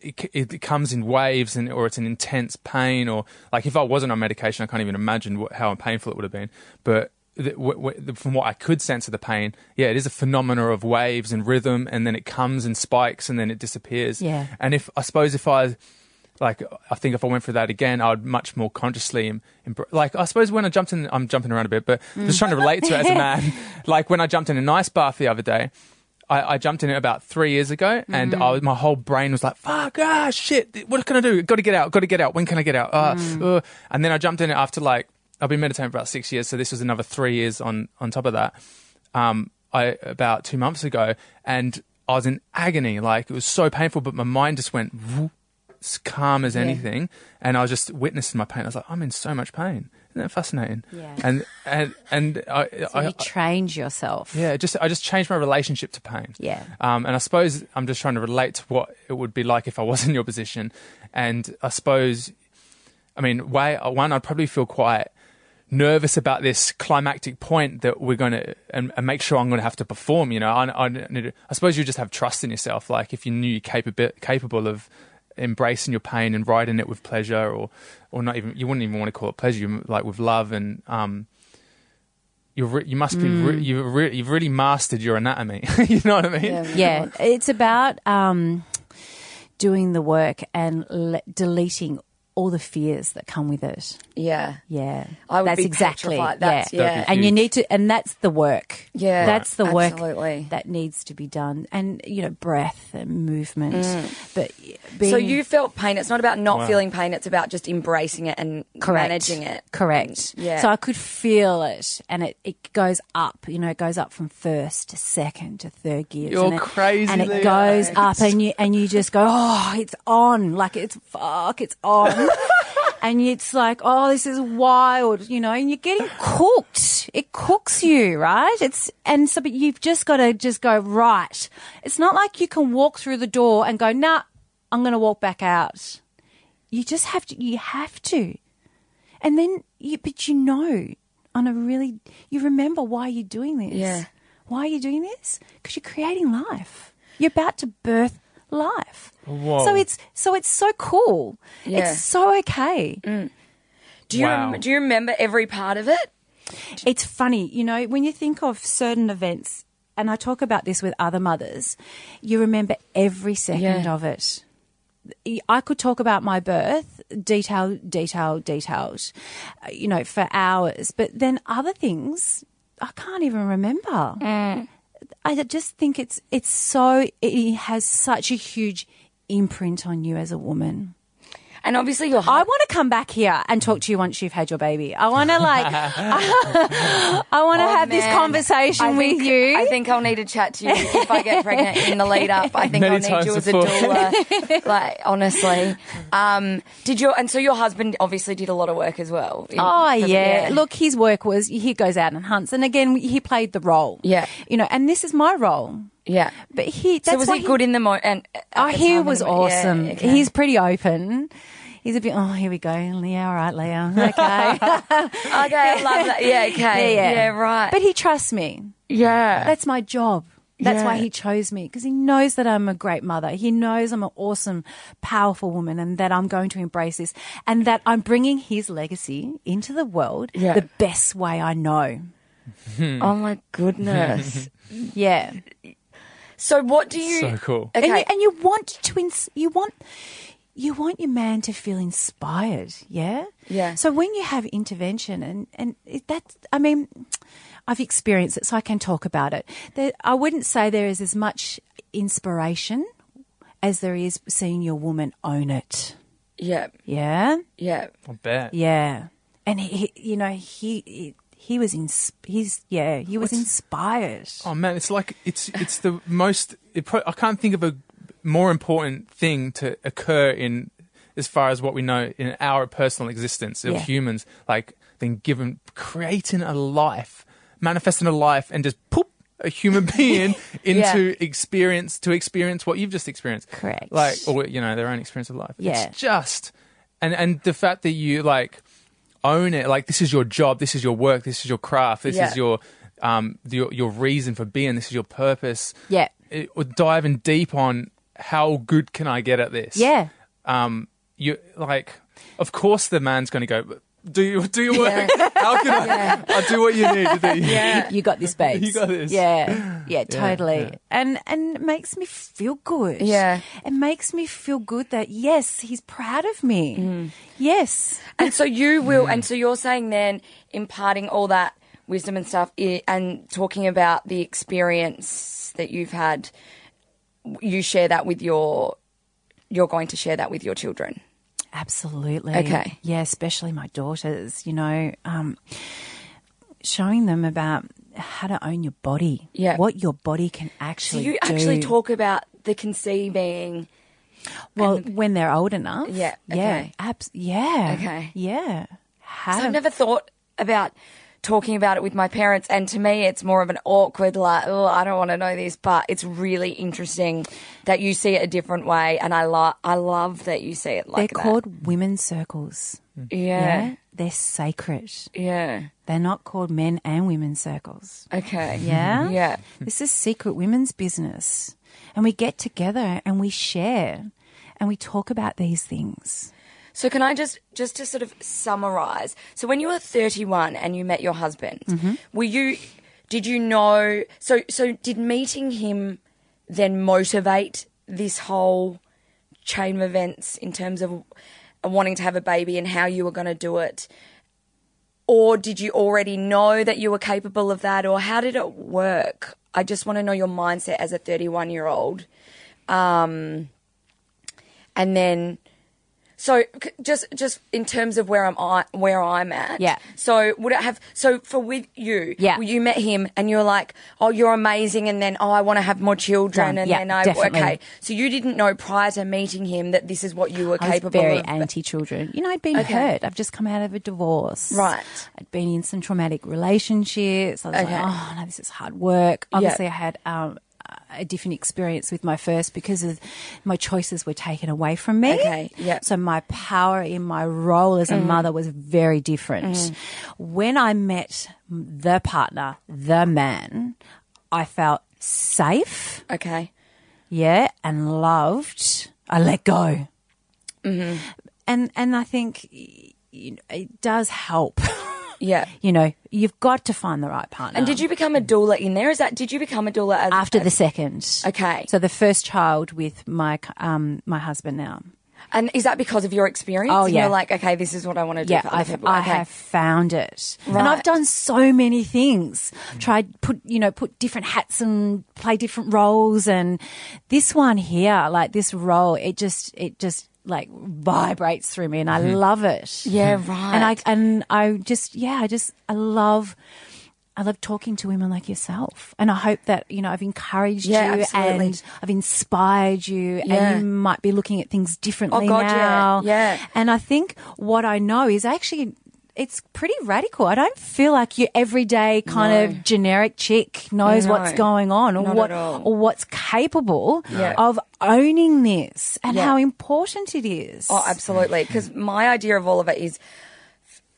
A: it, c- it comes in waves, and or it's an intense pain, or like if I wasn't on medication, I can't even imagine what, how painful it would have been, but. The, w- w- the, from what I could sense of the pain, yeah, it is a phenomena of waves and rhythm, and then it comes in spikes, and then it disappears.
B: Yeah.
A: And if I suppose if I like I think if I went through that again, I'd much more consciously em- em- like I suppose when I jumped in, I'm jumping around a bit, but just trying to relate to it as a man. like when I jumped in an ice bath the other day. I, I jumped in it about three years ago, and I was, my whole brain was like, "Fuck ah, shit! What can I do? Got to get out! Got to get out! When can I get out?" Uh, uh. And then I jumped in it after like I've been meditating for about six years, so this was another three years on on top of that um, I about two months ago, and I was in agony. Like it was so painful, but my mind just went "Vroom," as calm as anything, and I was just witnessing my pain. I was like, I'm in so much pain. Isn't that fascinating?
D: Yeah.
A: And and and I,
D: So
A: I,
D: you trained yourself.
A: yeah, it just I just changed my relationship to pain.
D: Yeah.
A: Um, and I suppose I'm just trying to relate to what it would be like if I was in your position. And I suppose, I mean, way one, I'd probably feel quite nervous about this climactic point that we're going to and, and make sure I'm going to have to perform. You know, I, I, need to- I suppose you just have trust in yourself. Like if you knew you're capable capable of embracing your pain and riding it with pleasure, or or not even you wouldn't even want to call it pleasure, you, like with love and um. You're re- you must be re- you re- you've really mastered your anatomy. you know what I mean?
D: Yeah.
B: Yeah, it's about um, doing the work and le- deleting all the fears that come with it.
C: Yeah.
B: Yeah,
C: I would
B: that's
C: be
B: exactly
C: petrified. That's-
A: That'd be
C: yeah.
B: and you
A: huge.
B: need to, and that's the work.
C: Yeah,
B: that's the work
C: absolutely.
B: that needs to be done, and you know, breath and movement. But being,
C: So you felt pain. It's not about not feeling pain. It's about just embracing it and
B: Correct.
C: managing it.
B: Correct.
C: Yeah.
B: So I could feel it, and it, it goes up. You know, it goes up from first to second to third gears.
A: You're
B: and it,
A: crazy,
B: And it
A: Leo.
B: goes up, and you and you just go, oh, it's on, like it's fuck, it's on. And it's like, oh, this is wild, you know, and you're getting cooked. It cooks you, right? It's, and so, but you've just got to just go, right. It's not like you can walk through the door and go, nah, I'm going to walk back out. You just have to, you have to. And then you, but you know, on a really, you remember why you're doing this.
C: Yeah.
B: Why are you doing this? Because you're creating life. You're about to birth life.
A: Whoa.
B: So it's so it's so cool.
C: Yeah.
B: It's so okay.
C: Do you
A: Wow.
C: rem- do you remember every part of it?
B: It's funny, you know, when you think of certain events, and I talk about this with other mothers, you remember every second
C: Yeah.
B: of it. I could talk about my birth, detail, detail, detailed, uh, you know, for hours. But then other things, I can't even remember. I just think it's it's so it has such a huge imprint on you as a woman.
C: And obviously your
B: I
C: heart.
B: want to come back here and talk to you once you've had your baby. I want to like, I want to have this
C: Oh, man.
B: conversation
C: I think,
B: with you.
C: I think I'll need to chat to you if I get pregnant in the lead up. I think
A: Many
C: I'll need
A: times
C: you as
A: before.
C: a doula. like honestly, um, did your and so your husband obviously did a lot of work as well. in-
B: Oh
C: for the-
B: yeah. Look, his work was he goes out and hunts, and again he played the role.
C: Yeah.
B: you know, and this is my role.
C: yeah.
B: But he that's
C: So was
B: why
C: he good in the moment? And at
B: Oh,
C: the
B: he
C: time
B: was
C: in the mo- yeah,
B: awesome.
C: okay.
B: He's pretty open. He's a bit. Oh, here we go, Leah. All right, Leah. Okay,
C: okay. I love that. Yeah. Okay.
B: Yeah,
C: Yeah.
B: yeah.
C: right.
B: but he trusts me.
C: yeah.
B: That's my job. That's why
C: Yeah.
B: he chose me because he knows that I'm a great mother. He knows I'm an awesome, powerful woman and that I'm going to embrace this and that I'm bringing his legacy into the world
C: Yeah.
B: the best way I know.
A: Mm.
C: oh my goodness.
B: Yeah.
C: so what do you?
A: So cool.
C: Okay.
B: And, you, and you want to ins- you want you want your man to feel inspired, yeah?
C: Yeah.
B: So when you have intervention and and it, that's I mean I've experienced it so I can talk about it. There, I wouldn't say there is as much inspiration as there is seeing your woman own it.
C: yeah.
B: Yeah?
C: Yeah.
A: I bet.
B: Yeah. And he, he- you know, he, he he was in he's yeah, he was inspired.
A: Oh man, it's like it's it's the most. It pro- I can't think of a more important thing to occur in as far as what we know in our personal existence of
B: Yeah.
A: humans, like than given creating a life, manifesting a life, and just poop a human being into experience to experience what you've just experienced.
B: Correct.
A: Like or you know their own experience of life.
B: Yeah.
A: It's just and and the fact that you like own it like this is your job this is your work this is your craft this
C: Yeah.
A: is your um your your reason for being this is your purpose
B: Yeah.
A: it, or diving deep on how good can i get at this
B: Yeah.
A: um you like of course the man's going to go do you do your work how can i i'll do what you need to do
C: Yeah.
B: you got this, babe.
A: You got this.
B: Yeah, yeah,
A: Yeah,
B: totally.
A: yeah.
B: And and it makes me feel good.
C: Yeah.
B: it makes me feel good that yes, he's proud of me.
C: Mm.
B: Yes,
C: And so you will, and so you're saying then imparting all that wisdom and stuff i- and talking about the experience that you've had, you share that with your, you're going to share that with your children.
B: absolutely.
C: Okay.
B: Yeah, especially my daughters. You know, um, showing them about how to own your body.
C: Yeah.
B: what your body can
C: Do
B: actually.
C: you actually
B: do.
C: talk about the conceiving?
B: Well, when they're old enough.
C: Yeah,
B: Yeah.
C: okay.
B: Abs- yeah.
C: Okay.
B: Yeah.
C: So I've
E: haven't.
C: never thought about talking about it with my parents, and to me, it's more of an awkward, like, oh, I don't want to know this, but it's really interesting that you see it a different way, and I love, I love that you see it
B: They're
C: like that.
B: called women's circles.
C: yeah,
B: They're sacred.
C: yeah,
B: They're not called men and women's circles.
C: okay,
B: Yeah?
C: yeah,
B: This is secret women's business. And we get together and we share and we talk about these things.
C: So can I just just to sort of summarize? So when you were 31 and you met your husband, were you did you know so so did meeting him then motivate this whole chain of events in terms of wanting to have a baby and how you were going to do it? Or did you already know that you were capable of that or how did it work? I just want to know your mindset as a 31-year-old. Um and then so c- just just in terms of where I'm I, where I'm at.
E: Yeah.
C: So would it have so for with you?
E: Yeah.
C: You met him and you were like, oh, you're amazing, and then oh, I want to have more children,
B: Yeah,
C: and
B: yeah,
C: then I
B: definitely.
C: okay. So you didn't know prior to meeting him that this is what you were
B: I was
C: capable
B: very
C: of.
B: anti-children. You know, I'd been hurt. I've just come out of a divorce.
C: Right.
B: I'd been in some traumatic relationships. I was
C: Okay.
B: like, oh no, this is hard work. Obviously, I had um, a different experience with my first because of my choices were taken away from me.
C: Okay, yeah. Mm.
B: So my power in my role as a mother was very different.
C: Mm-hmm.
B: When I met the partner, the man, I felt safe
C: okay.
B: yeah, and loved, I let go.
C: Mm-hmm.
B: And and I think y- you know, it does help.
C: Yeah.
B: you know, you've got to find the right partner.
C: And did you become a doula in there? Is that did you become a doula as,
B: after the second?
C: Okay.
B: So the first child with my c- um my husband now.
C: and is that because of your experience?
B: Oh,
C: And
B: yeah.
C: You're like, okay, this is what I want to do.
B: Yeah,
C: for other
B: I've,
C: people.
B: I
C: Okay.
B: have found it, and
C: Right.
B: I've done so many things. Tried put you know put different hats and play different roles, and this one here, like this role, it just it just like vibrates through me, and I
C: Mm-hmm.
B: love it.
C: Yeah, right.
B: Mm. and I and I just yeah, I just I love. I love talking to women like yourself, and I hope that you know I've encouraged
C: Yeah,
B: you
C: absolutely.
B: and I've inspired you,
C: Yeah. Oh,
B: and you might be looking at things differently
C: God, yeah.
B: now.
C: Yeah.
B: And I think what I know is actually it's pretty radical. I don't feel like your everyday kind of generic chick knows
C: No.
B: what's going on or
C: Not
B: what
C: at all.
B: or what's capable
C: Yeah.
B: of owning this and
C: Yeah.
B: how important it is.
C: Oh, absolutely. Because my idea of all of it is.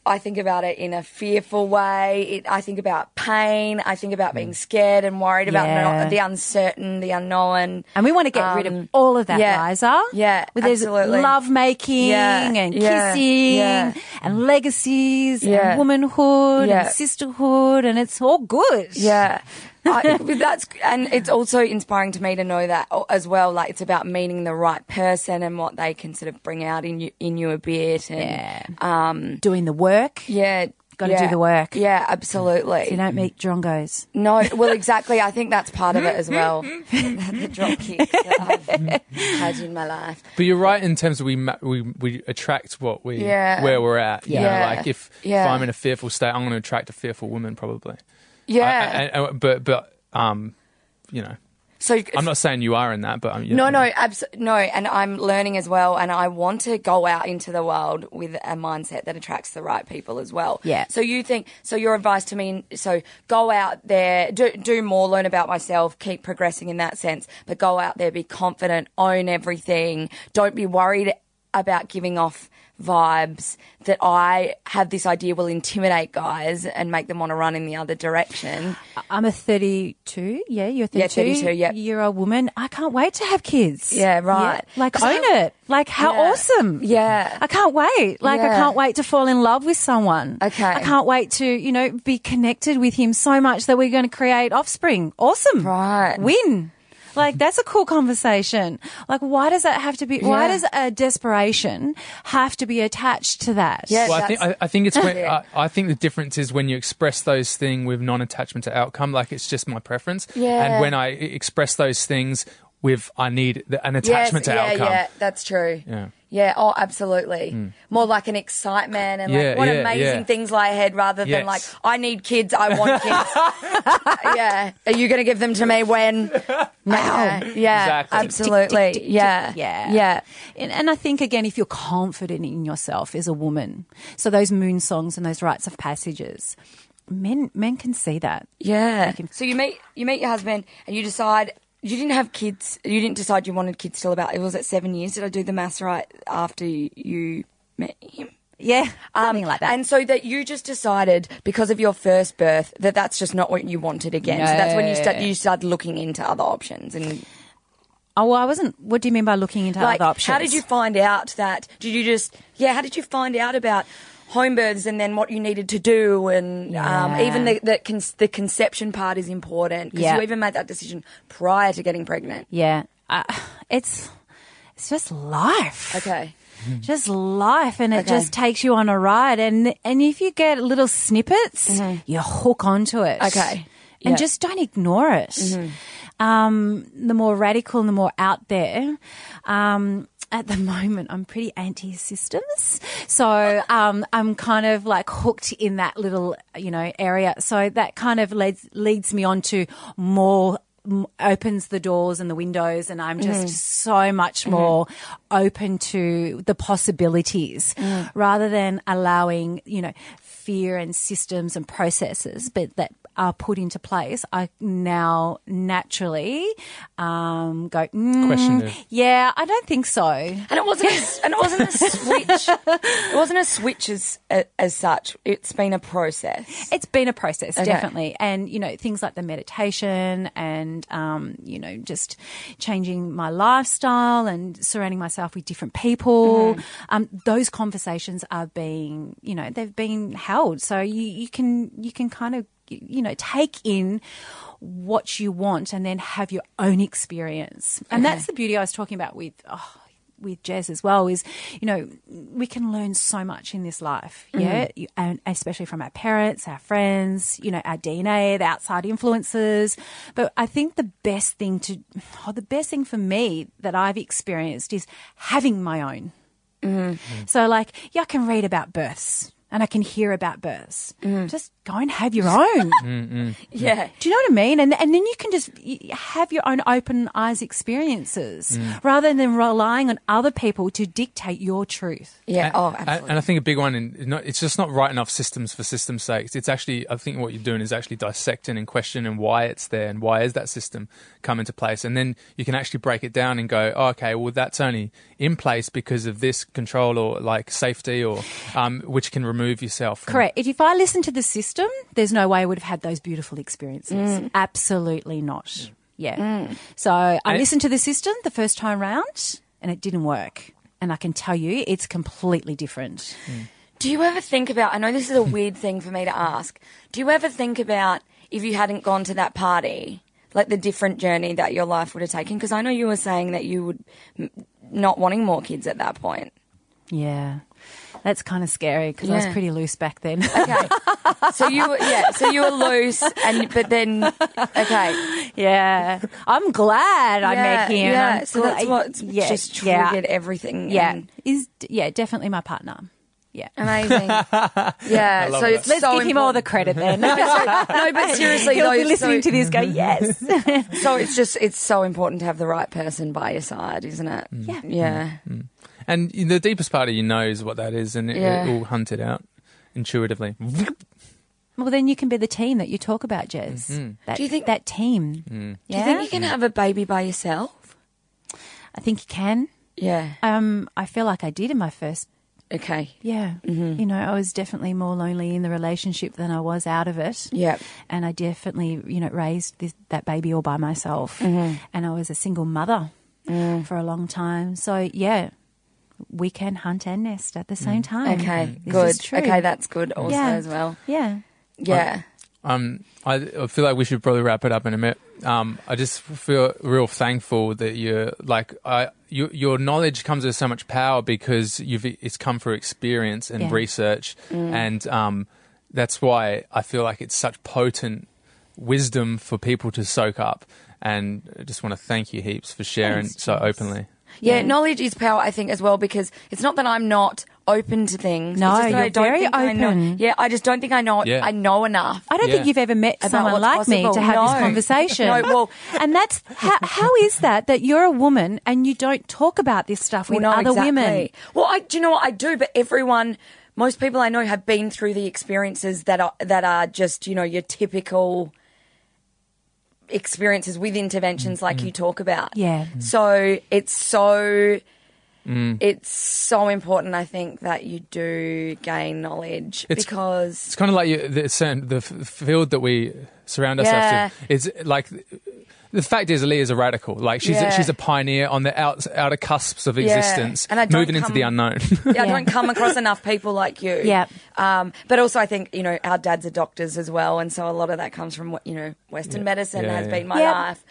C: I think about it in a fearful way. It, I think about pain. I think about being scared and worried about
B: Mm. Yeah.
C: no- the uncertain, the unknown.
B: And we want to get rid
C: Um,
B: of all of that,
C: yeah.
B: Liza.
C: Yeah,
B: With there's
C: absolutely.
B: love making
C: Yeah,
B: and
C: yeah,
B: kissing
C: yeah.
B: and legacies
C: Yeah.
B: and womanhood
C: Yeah.
B: and sisterhood and it's all good.
C: Yeah. I, but that's and it's also inspiring to me to know that o- as well. Like it's about meeting the right person and what they can sort of bring out in you in you a bit. And, yeah,
B: Doing the work.
C: yeah,
B: Gotta
C: yeah.
B: do the work.
C: Yeah, absolutely.
B: You don't meet drongos.
C: No, well, exactly. I think that's part of it as well. the drop kicks that I've had in my life.
A: But you're right in terms of we ma- we we attract what we
C: Yeah.
A: where we're at. You
C: Yeah.
A: know, like if
C: Yeah.
A: if I'm in a fearful state, I'm going to attract a fearful woman probably.
C: Yeah.
A: I- I- I- but but um, you know,
C: so
A: I'm not saying you are in that, but I'm. You
C: No,
A: know,
C: no, abs- no, and I'm learning as well, and I want to go out into the world with a mindset that attracts the right people as well.
B: Yeah.
C: So you think? So your advice to me? So go out there, do do more, learn about myself, keep progressing in that sense, but go out there, be confident, own everything. Don't be worried about giving off vibes that I have this idea will intimidate guys and make them want to run in the other direction.
B: I'm a 32. Yeah, you're a 32.
C: Yeah, 32, yeah.
B: Year old woman. I can't wait to have kids.
C: Yeah, right.
B: Like,
C: 'Cause
B: own
C: I-
B: it. Like, how
C: Yeah.
B: awesome.
C: Yeah.
B: I can't wait. Like, I
C: Yeah.
B: can't wait to fall in love with someone.
C: Okay.
B: I can't wait to, you know, be connected with him so much that we're going to create offspring. Awesome.
C: Right.
B: Win. Like, that's a cool conversation. Like, why does that have to be, why
C: Yeah.
B: does a desperation have to be attached to that?
C: Yeah.
A: Well, I think I, I think it's when,
C: Yeah.
A: I, I think the difference is when you express those things with non-attachment to outcome, like it's just my preference.
C: Yeah.
A: And when I e- express those things with I need the, an attachment
C: yes,
A: to
C: yeah,
A: outcome.
C: yeah, that's true.
A: Yeah. Hmm.
C: Yeah, oh, absolutely. More like an excitement and
A: Yeah,
C: like what
A: yeah,
C: amazing
A: yeah.
C: things lie ahead rather than
A: Yes.
C: like, I need kids, I want kids. yeah. Are you going to give them to me when? Now. yeah,
A: Exactly.
C: absolutely.
B: Tick, tick, tick, tick, tick.
C: yeah.
B: Yeah.
C: Yeah.
B: And, and I think, again, if you're confident in yourself as a woman, so those moon songs and those rites of passages, men, men can see that.
C: Yeah. So you meet you meet your husband and you decide you didn't have kids. You didn't decide you wanted kids till about it was at seven years. Did I do the maths right after you met him?
B: Yeah. Something like that.
C: Um, And so that you just decided because of your first birth that that's just not what you wanted again. So that's when you start you start looking into other options and
B: oh, well, I wasn't. What do you mean by looking into
C: like
B: other options?
C: how did you find out that did you just yeah how did you find out about home births and then what you needed to do and um,
B: Yeah.
C: even the the, con- the conception part is important because
B: Yeah.
C: you even made that decision prior to getting pregnant.
B: Yeah. Uh, it's, it's just life.
C: Okay.
B: just life and it
C: Okay.
B: just takes you on a ride and and if you get little snippets
C: Mm-hmm.
B: you hook onto it
C: Okay.
B: and
C: Yeah.
B: just don't ignore it um, the more radical and the more out there um, at the moment i'm pretty anti-systems so um, i'm kind of like hooked in that little you know area so that kind of leads leads me on to more m- opens the doors and the windows and I'm just so much more open to the possibilities rather than allowing, you know, fear and systems and processes but that are put into place. I now naturally um, go, mm,
A: Question is-
B: yeah, I don't think so.
C: And it wasn't. A, and it wasn't a switch. it wasn't a switch as as such. It's been a process.
B: It's been a process, definitely. And, you know, things like the meditation and, um, you know, just changing my lifestyle and surrounding myself with different people. Um, those conversations are being, you know, they've been held. So you, you can, you can kind of, you know, take in what you want and then have your own experience. And that's the beauty I was talking about with, oh, with Jez as well is, you know, we can learn so much in this life, yeah, You- and especially from our parents, our friends, you know, our DNA, the outside influences. But I think the best thing to, oh, the best thing for me that I've experienced is having my own. So, like, yeah, I can read about births and I can hear about births. Just go and have your own.
C: Yeah.
B: Do you know what I mean? And and then you can just y- have your own open eyes experiences rather than relying on other people to dictate your truth.
C: Yeah.
A: And-
C: oh,
A: and-
C: absolutely.
A: And I think a big one, in, not, it's just not writing off systems for system's sake. It's actually, I think what you're doing is actually dissecting and questioning why it's there and why is that system come into place. And then you can actually break it down and go, oh, okay, well, that's only in place because of this control or like safety or, um, which can remove yourself. from-
B: Correct. If, if I listened to the system, there's no way I would have had those beautiful experiences. Absolutely not. Mm. Yeah. So I listened to the system the first time round and it didn't work. And I can tell you it's completely different.
C: Do you ever think about? I know this is a weird thing for me to ask. Do you ever think about if you hadn't gone to that party, like the different journey that your life would have taken? Because I know you were saying that you would m- not wanting more kids at that point.
B: Yeah. That's kind of scary because I was
C: Yeah.
B: pretty loose back then.
C: Okay. so you were, yeah. So you were loose, and but then okay.
B: yeah. I'm glad I
C: Yeah,
B: met him.
C: Yeah.
B: I'm
C: So that's
B: gla-
C: what
B: Yeah,
C: just
B: yeah.
C: triggered everything.
B: Yeah,
C: and-
B: is yeah, definitely my partner. Yeah,
C: amazing. Yeah.
A: love
C: So
A: that.
C: it's
B: let's
C: so
B: give him all the
C: important.
B: credit then. He'll
C: No, but seriously, though,
B: be
C: so-
B: listening to this, go yes.
C: So it's just it's so important to have the right person by your side, isn't it?
B: Yeah.
C: Yeah.
A: And the deepest part of you knows what that is and it,
C: Yeah.
A: it will hunt it out intuitively.
B: well, then you can be the team that you talk about, Jez. That,
C: Do you think-
B: that team?
C: Do you
B: Yeah,
C: think you can have a baby by yourself?
B: I think you can.
C: Yeah.
B: Um, I feel like I did in my first.
C: Okay.
B: Yeah,
C: Mm-hmm.
B: you know, I was definitely more lonely in the relationship than I was out of it.
C: Yep.
B: and I definitely, you know, raised this, that baby all by myself,
C: Mm-hmm.
B: and I was a single mother
C: Mm.
B: for a long time. So yeah, we can hunt and nest at the same time.
C: Okay.
B: This
C: Good.
B: is true.
C: Okay, that's good also
B: Yeah.
C: as well.
B: yeah.
C: Yeah.
A: Um, I, I feel like we should probably wrap it up in a minute. Um, I just feel real thankful that you're like, I, you, your knowledge comes with so much power because you've, it's come through experience and
B: Yeah.
A: research. And, um, that's why I feel like it's such potent wisdom for people to soak up. And I just want to thank you heaps for sharing so openly.
C: Yeah, knowledge is power, I think, as well, because it's not that I'm not open to things.
F: No,
C: it's just that I
F: you're
C: don't
F: very
C: think I know-
F: open.
C: yeah, I just don't think I know.
A: Yeah.
C: I know enough.
F: I don't
A: Yeah.
F: think you've ever met
C: About
F: someone
C: what's
F: like me
C: possible.
F: to have
C: No.
F: this conversation.
C: No, well-
F: and that's how, how is that that you're a woman and you don't talk about this stuff with
C: Well, no,
F: other women?
C: exactly. Well, I do you know what I do, but everyone, most people I know have been through the experiences that are that are just you know your typical experiences with interventions like you talk about.
F: Yeah.
C: So it's so. It's so important, I think, that you do gain knowledge
A: It's-
C: because
A: it's kind of like you, the, certain, the f- field that we surround ourselves
C: Yeah.
A: in. It's like the fact is, Lee is a radical. Like she's
C: Yeah.
A: a, she's a pioneer on the out, outer cusps of existence,
C: And I don't
A: moving into
C: come-
A: the unknown.
C: yeah, I don't come across enough people like you.
F: Yeah.
C: Um, but also, I think you know our dads are doctors as well, and so a lot of that comes from you know Western medicine
A: Yeah,
C: has
A: yeah.
C: been my
F: Yeah.
C: life.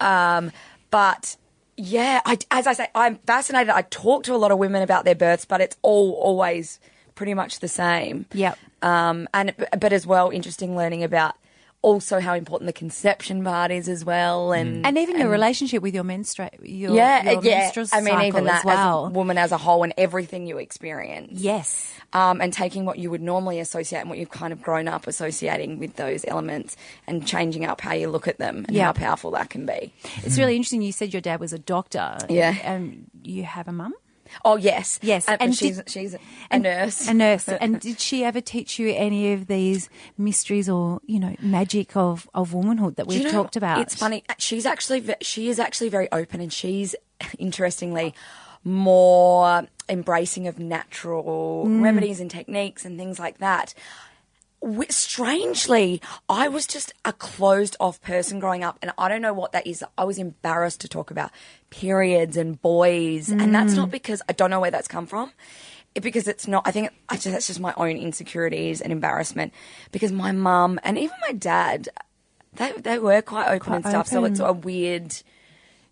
C: Um, but yeah, I, as I say, I'm fascinated. I talk to a lot of women about their births, but it's all always pretty much the same.
F: Yep.
C: Um, and but as well, interesting learning about also how important the conception part is as well, and
F: Mm. And even your relationship with your menstrate, your,
C: yeah,
F: your
C: yeah.
F: menstrual
C: I mean,
F: cycle
C: even that
F: as well.
C: as a woman as a whole and everything you experience
F: yes,
C: um, and taking what you would normally associate and what you've kind of grown up associating with those elements and changing up how you look at them and
F: Yeah.
C: how powerful that can be.
F: it's really interesting. You said your dad was a doctor.
C: Yeah.
F: and you have a mum.
C: Oh yes,
F: Yes,
C: and,
F: and
C: she's
F: did-
C: she's a
F: And-
C: nurse.
F: A nurse. and did she ever teach you any of these mysteries or, you know, magic of, of womanhood that
C: Do
F: we've
C: you know,
F: talked about?
C: It's funny. uh, She's actually ve- she is actually very open, and she's interestingly more embracing of natural
F: Mm.
C: remedies and techniques and things like that. Wi- Strangely, I was just a closed off person growing up, and I don't know what that is. I was embarrassed to talk about periods and boys, and that's
F: Mm.
C: not because I don't know where that's come from. It- because it's not, I think I just, that's just my own insecurities and embarrassment. Because my mum and even my dad, they, they were quite open and stuff. So it's a weird.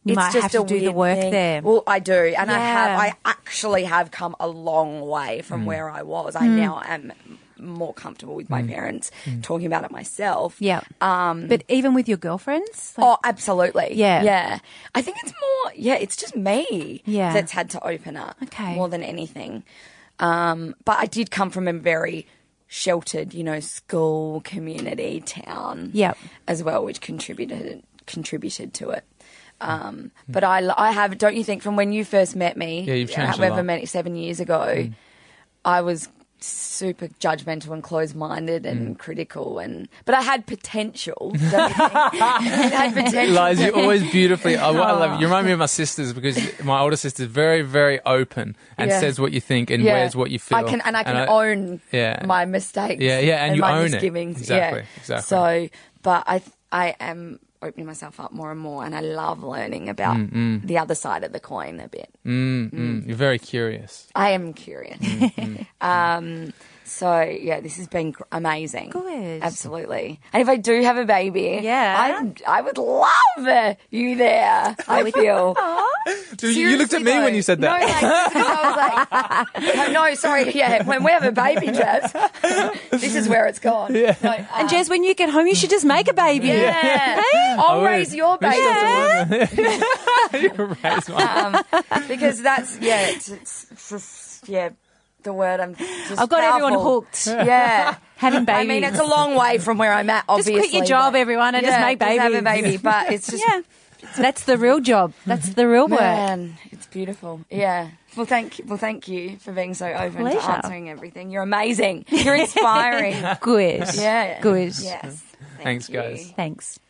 F: You
C: it's
F: might
C: just
F: have to
C: a
F: do the
C: weird
F: work
C: thing.
F: there.
C: Well, I do, and I have.
F: Yeah.
C: I actually have come a long way from where I was.
F: Mm.
C: I now am more comfortable with my parents talking about it myself.
F: Yeah.
C: Um.
F: but even with your girlfriends? Like,
C: Oh, absolutely.
F: Yeah.
C: Yeah. I think it's more, yeah, it's just me
F: Yeah.
C: that's had to open up
F: Okay.
C: more than anything. Um, but I did come from a very sheltered, you know, school, community, town
F: Yep.
C: as well, which contributed contributed to it. Um, but I, l- I have, don't you think, from when you first met me,
A: Yeah, you've changed a
C: however
A: lot. Mm.
C: many, seven years ago, I was super judgmental and closed-minded and
A: Mm.
C: critical and but I had potential. don't you think? I had potential.
A: Lies, you're always beautifully. I, what I love you. Remind me of my sisters because my older sister's very, very open and
C: Yeah.
A: says what you think and
C: Yeah.
A: wears what you feel.
C: I can and I can own
A: yeah.
C: my mistakes.
A: Yeah, yeah, and you
C: my
A: own it.
C: misgivings.
A: Exactly,
C: yeah.
A: exactly.
C: So, but I th- I am opening myself up more and more, and I love learning about the other side of the coin a bit.
A: Mm, you're very curious.
C: I am curious.
A: Mm-hmm.
C: um, so yeah, this has been gr- amazing.
F: Good.
C: absolutely. And if I do have a baby,
F: Yeah.
C: I'm, I would love you there. I feel.
A: Dude, you, you looked at me
C: Oh, Seriously, though.
A: when you said that.
C: No, like, 'cause I was like, no, no, sorry. Yeah, when we have a baby, Jazz, this is where it's gone. No, um,
F: and Jez, when you get home, you should just make a baby.
C: yeah.
A: I
C: I'll
A: would.
C: raise your
A: Maybe
C: baby
A: she Raise my-
C: because that's yeah, it's, it's, it's- yeah, the word I'm. Just
F: I've got everyone
C: powerful.
F: hooked.
C: Yeah,
F: Having babies.
C: I mean, it's a long way from where I'm at.
F: just
C: Obviously,
F: quit your job,
C: but-
F: everyone, and
C: yeah,
F: just make babies.
C: have a baby, but it's just
F: yeah. That's the real job. That's the real work.
C: Man, it's beautiful. Yeah. Well, thank well, thank you for being so open to
F: Pleasure.
C: answering everything. You're amazing. You're inspiring.
F: Good.
C: yeah.
F: Good.
C: Yes. Thank
A: Thanks,
C: you.
A: guys.
F: Thanks.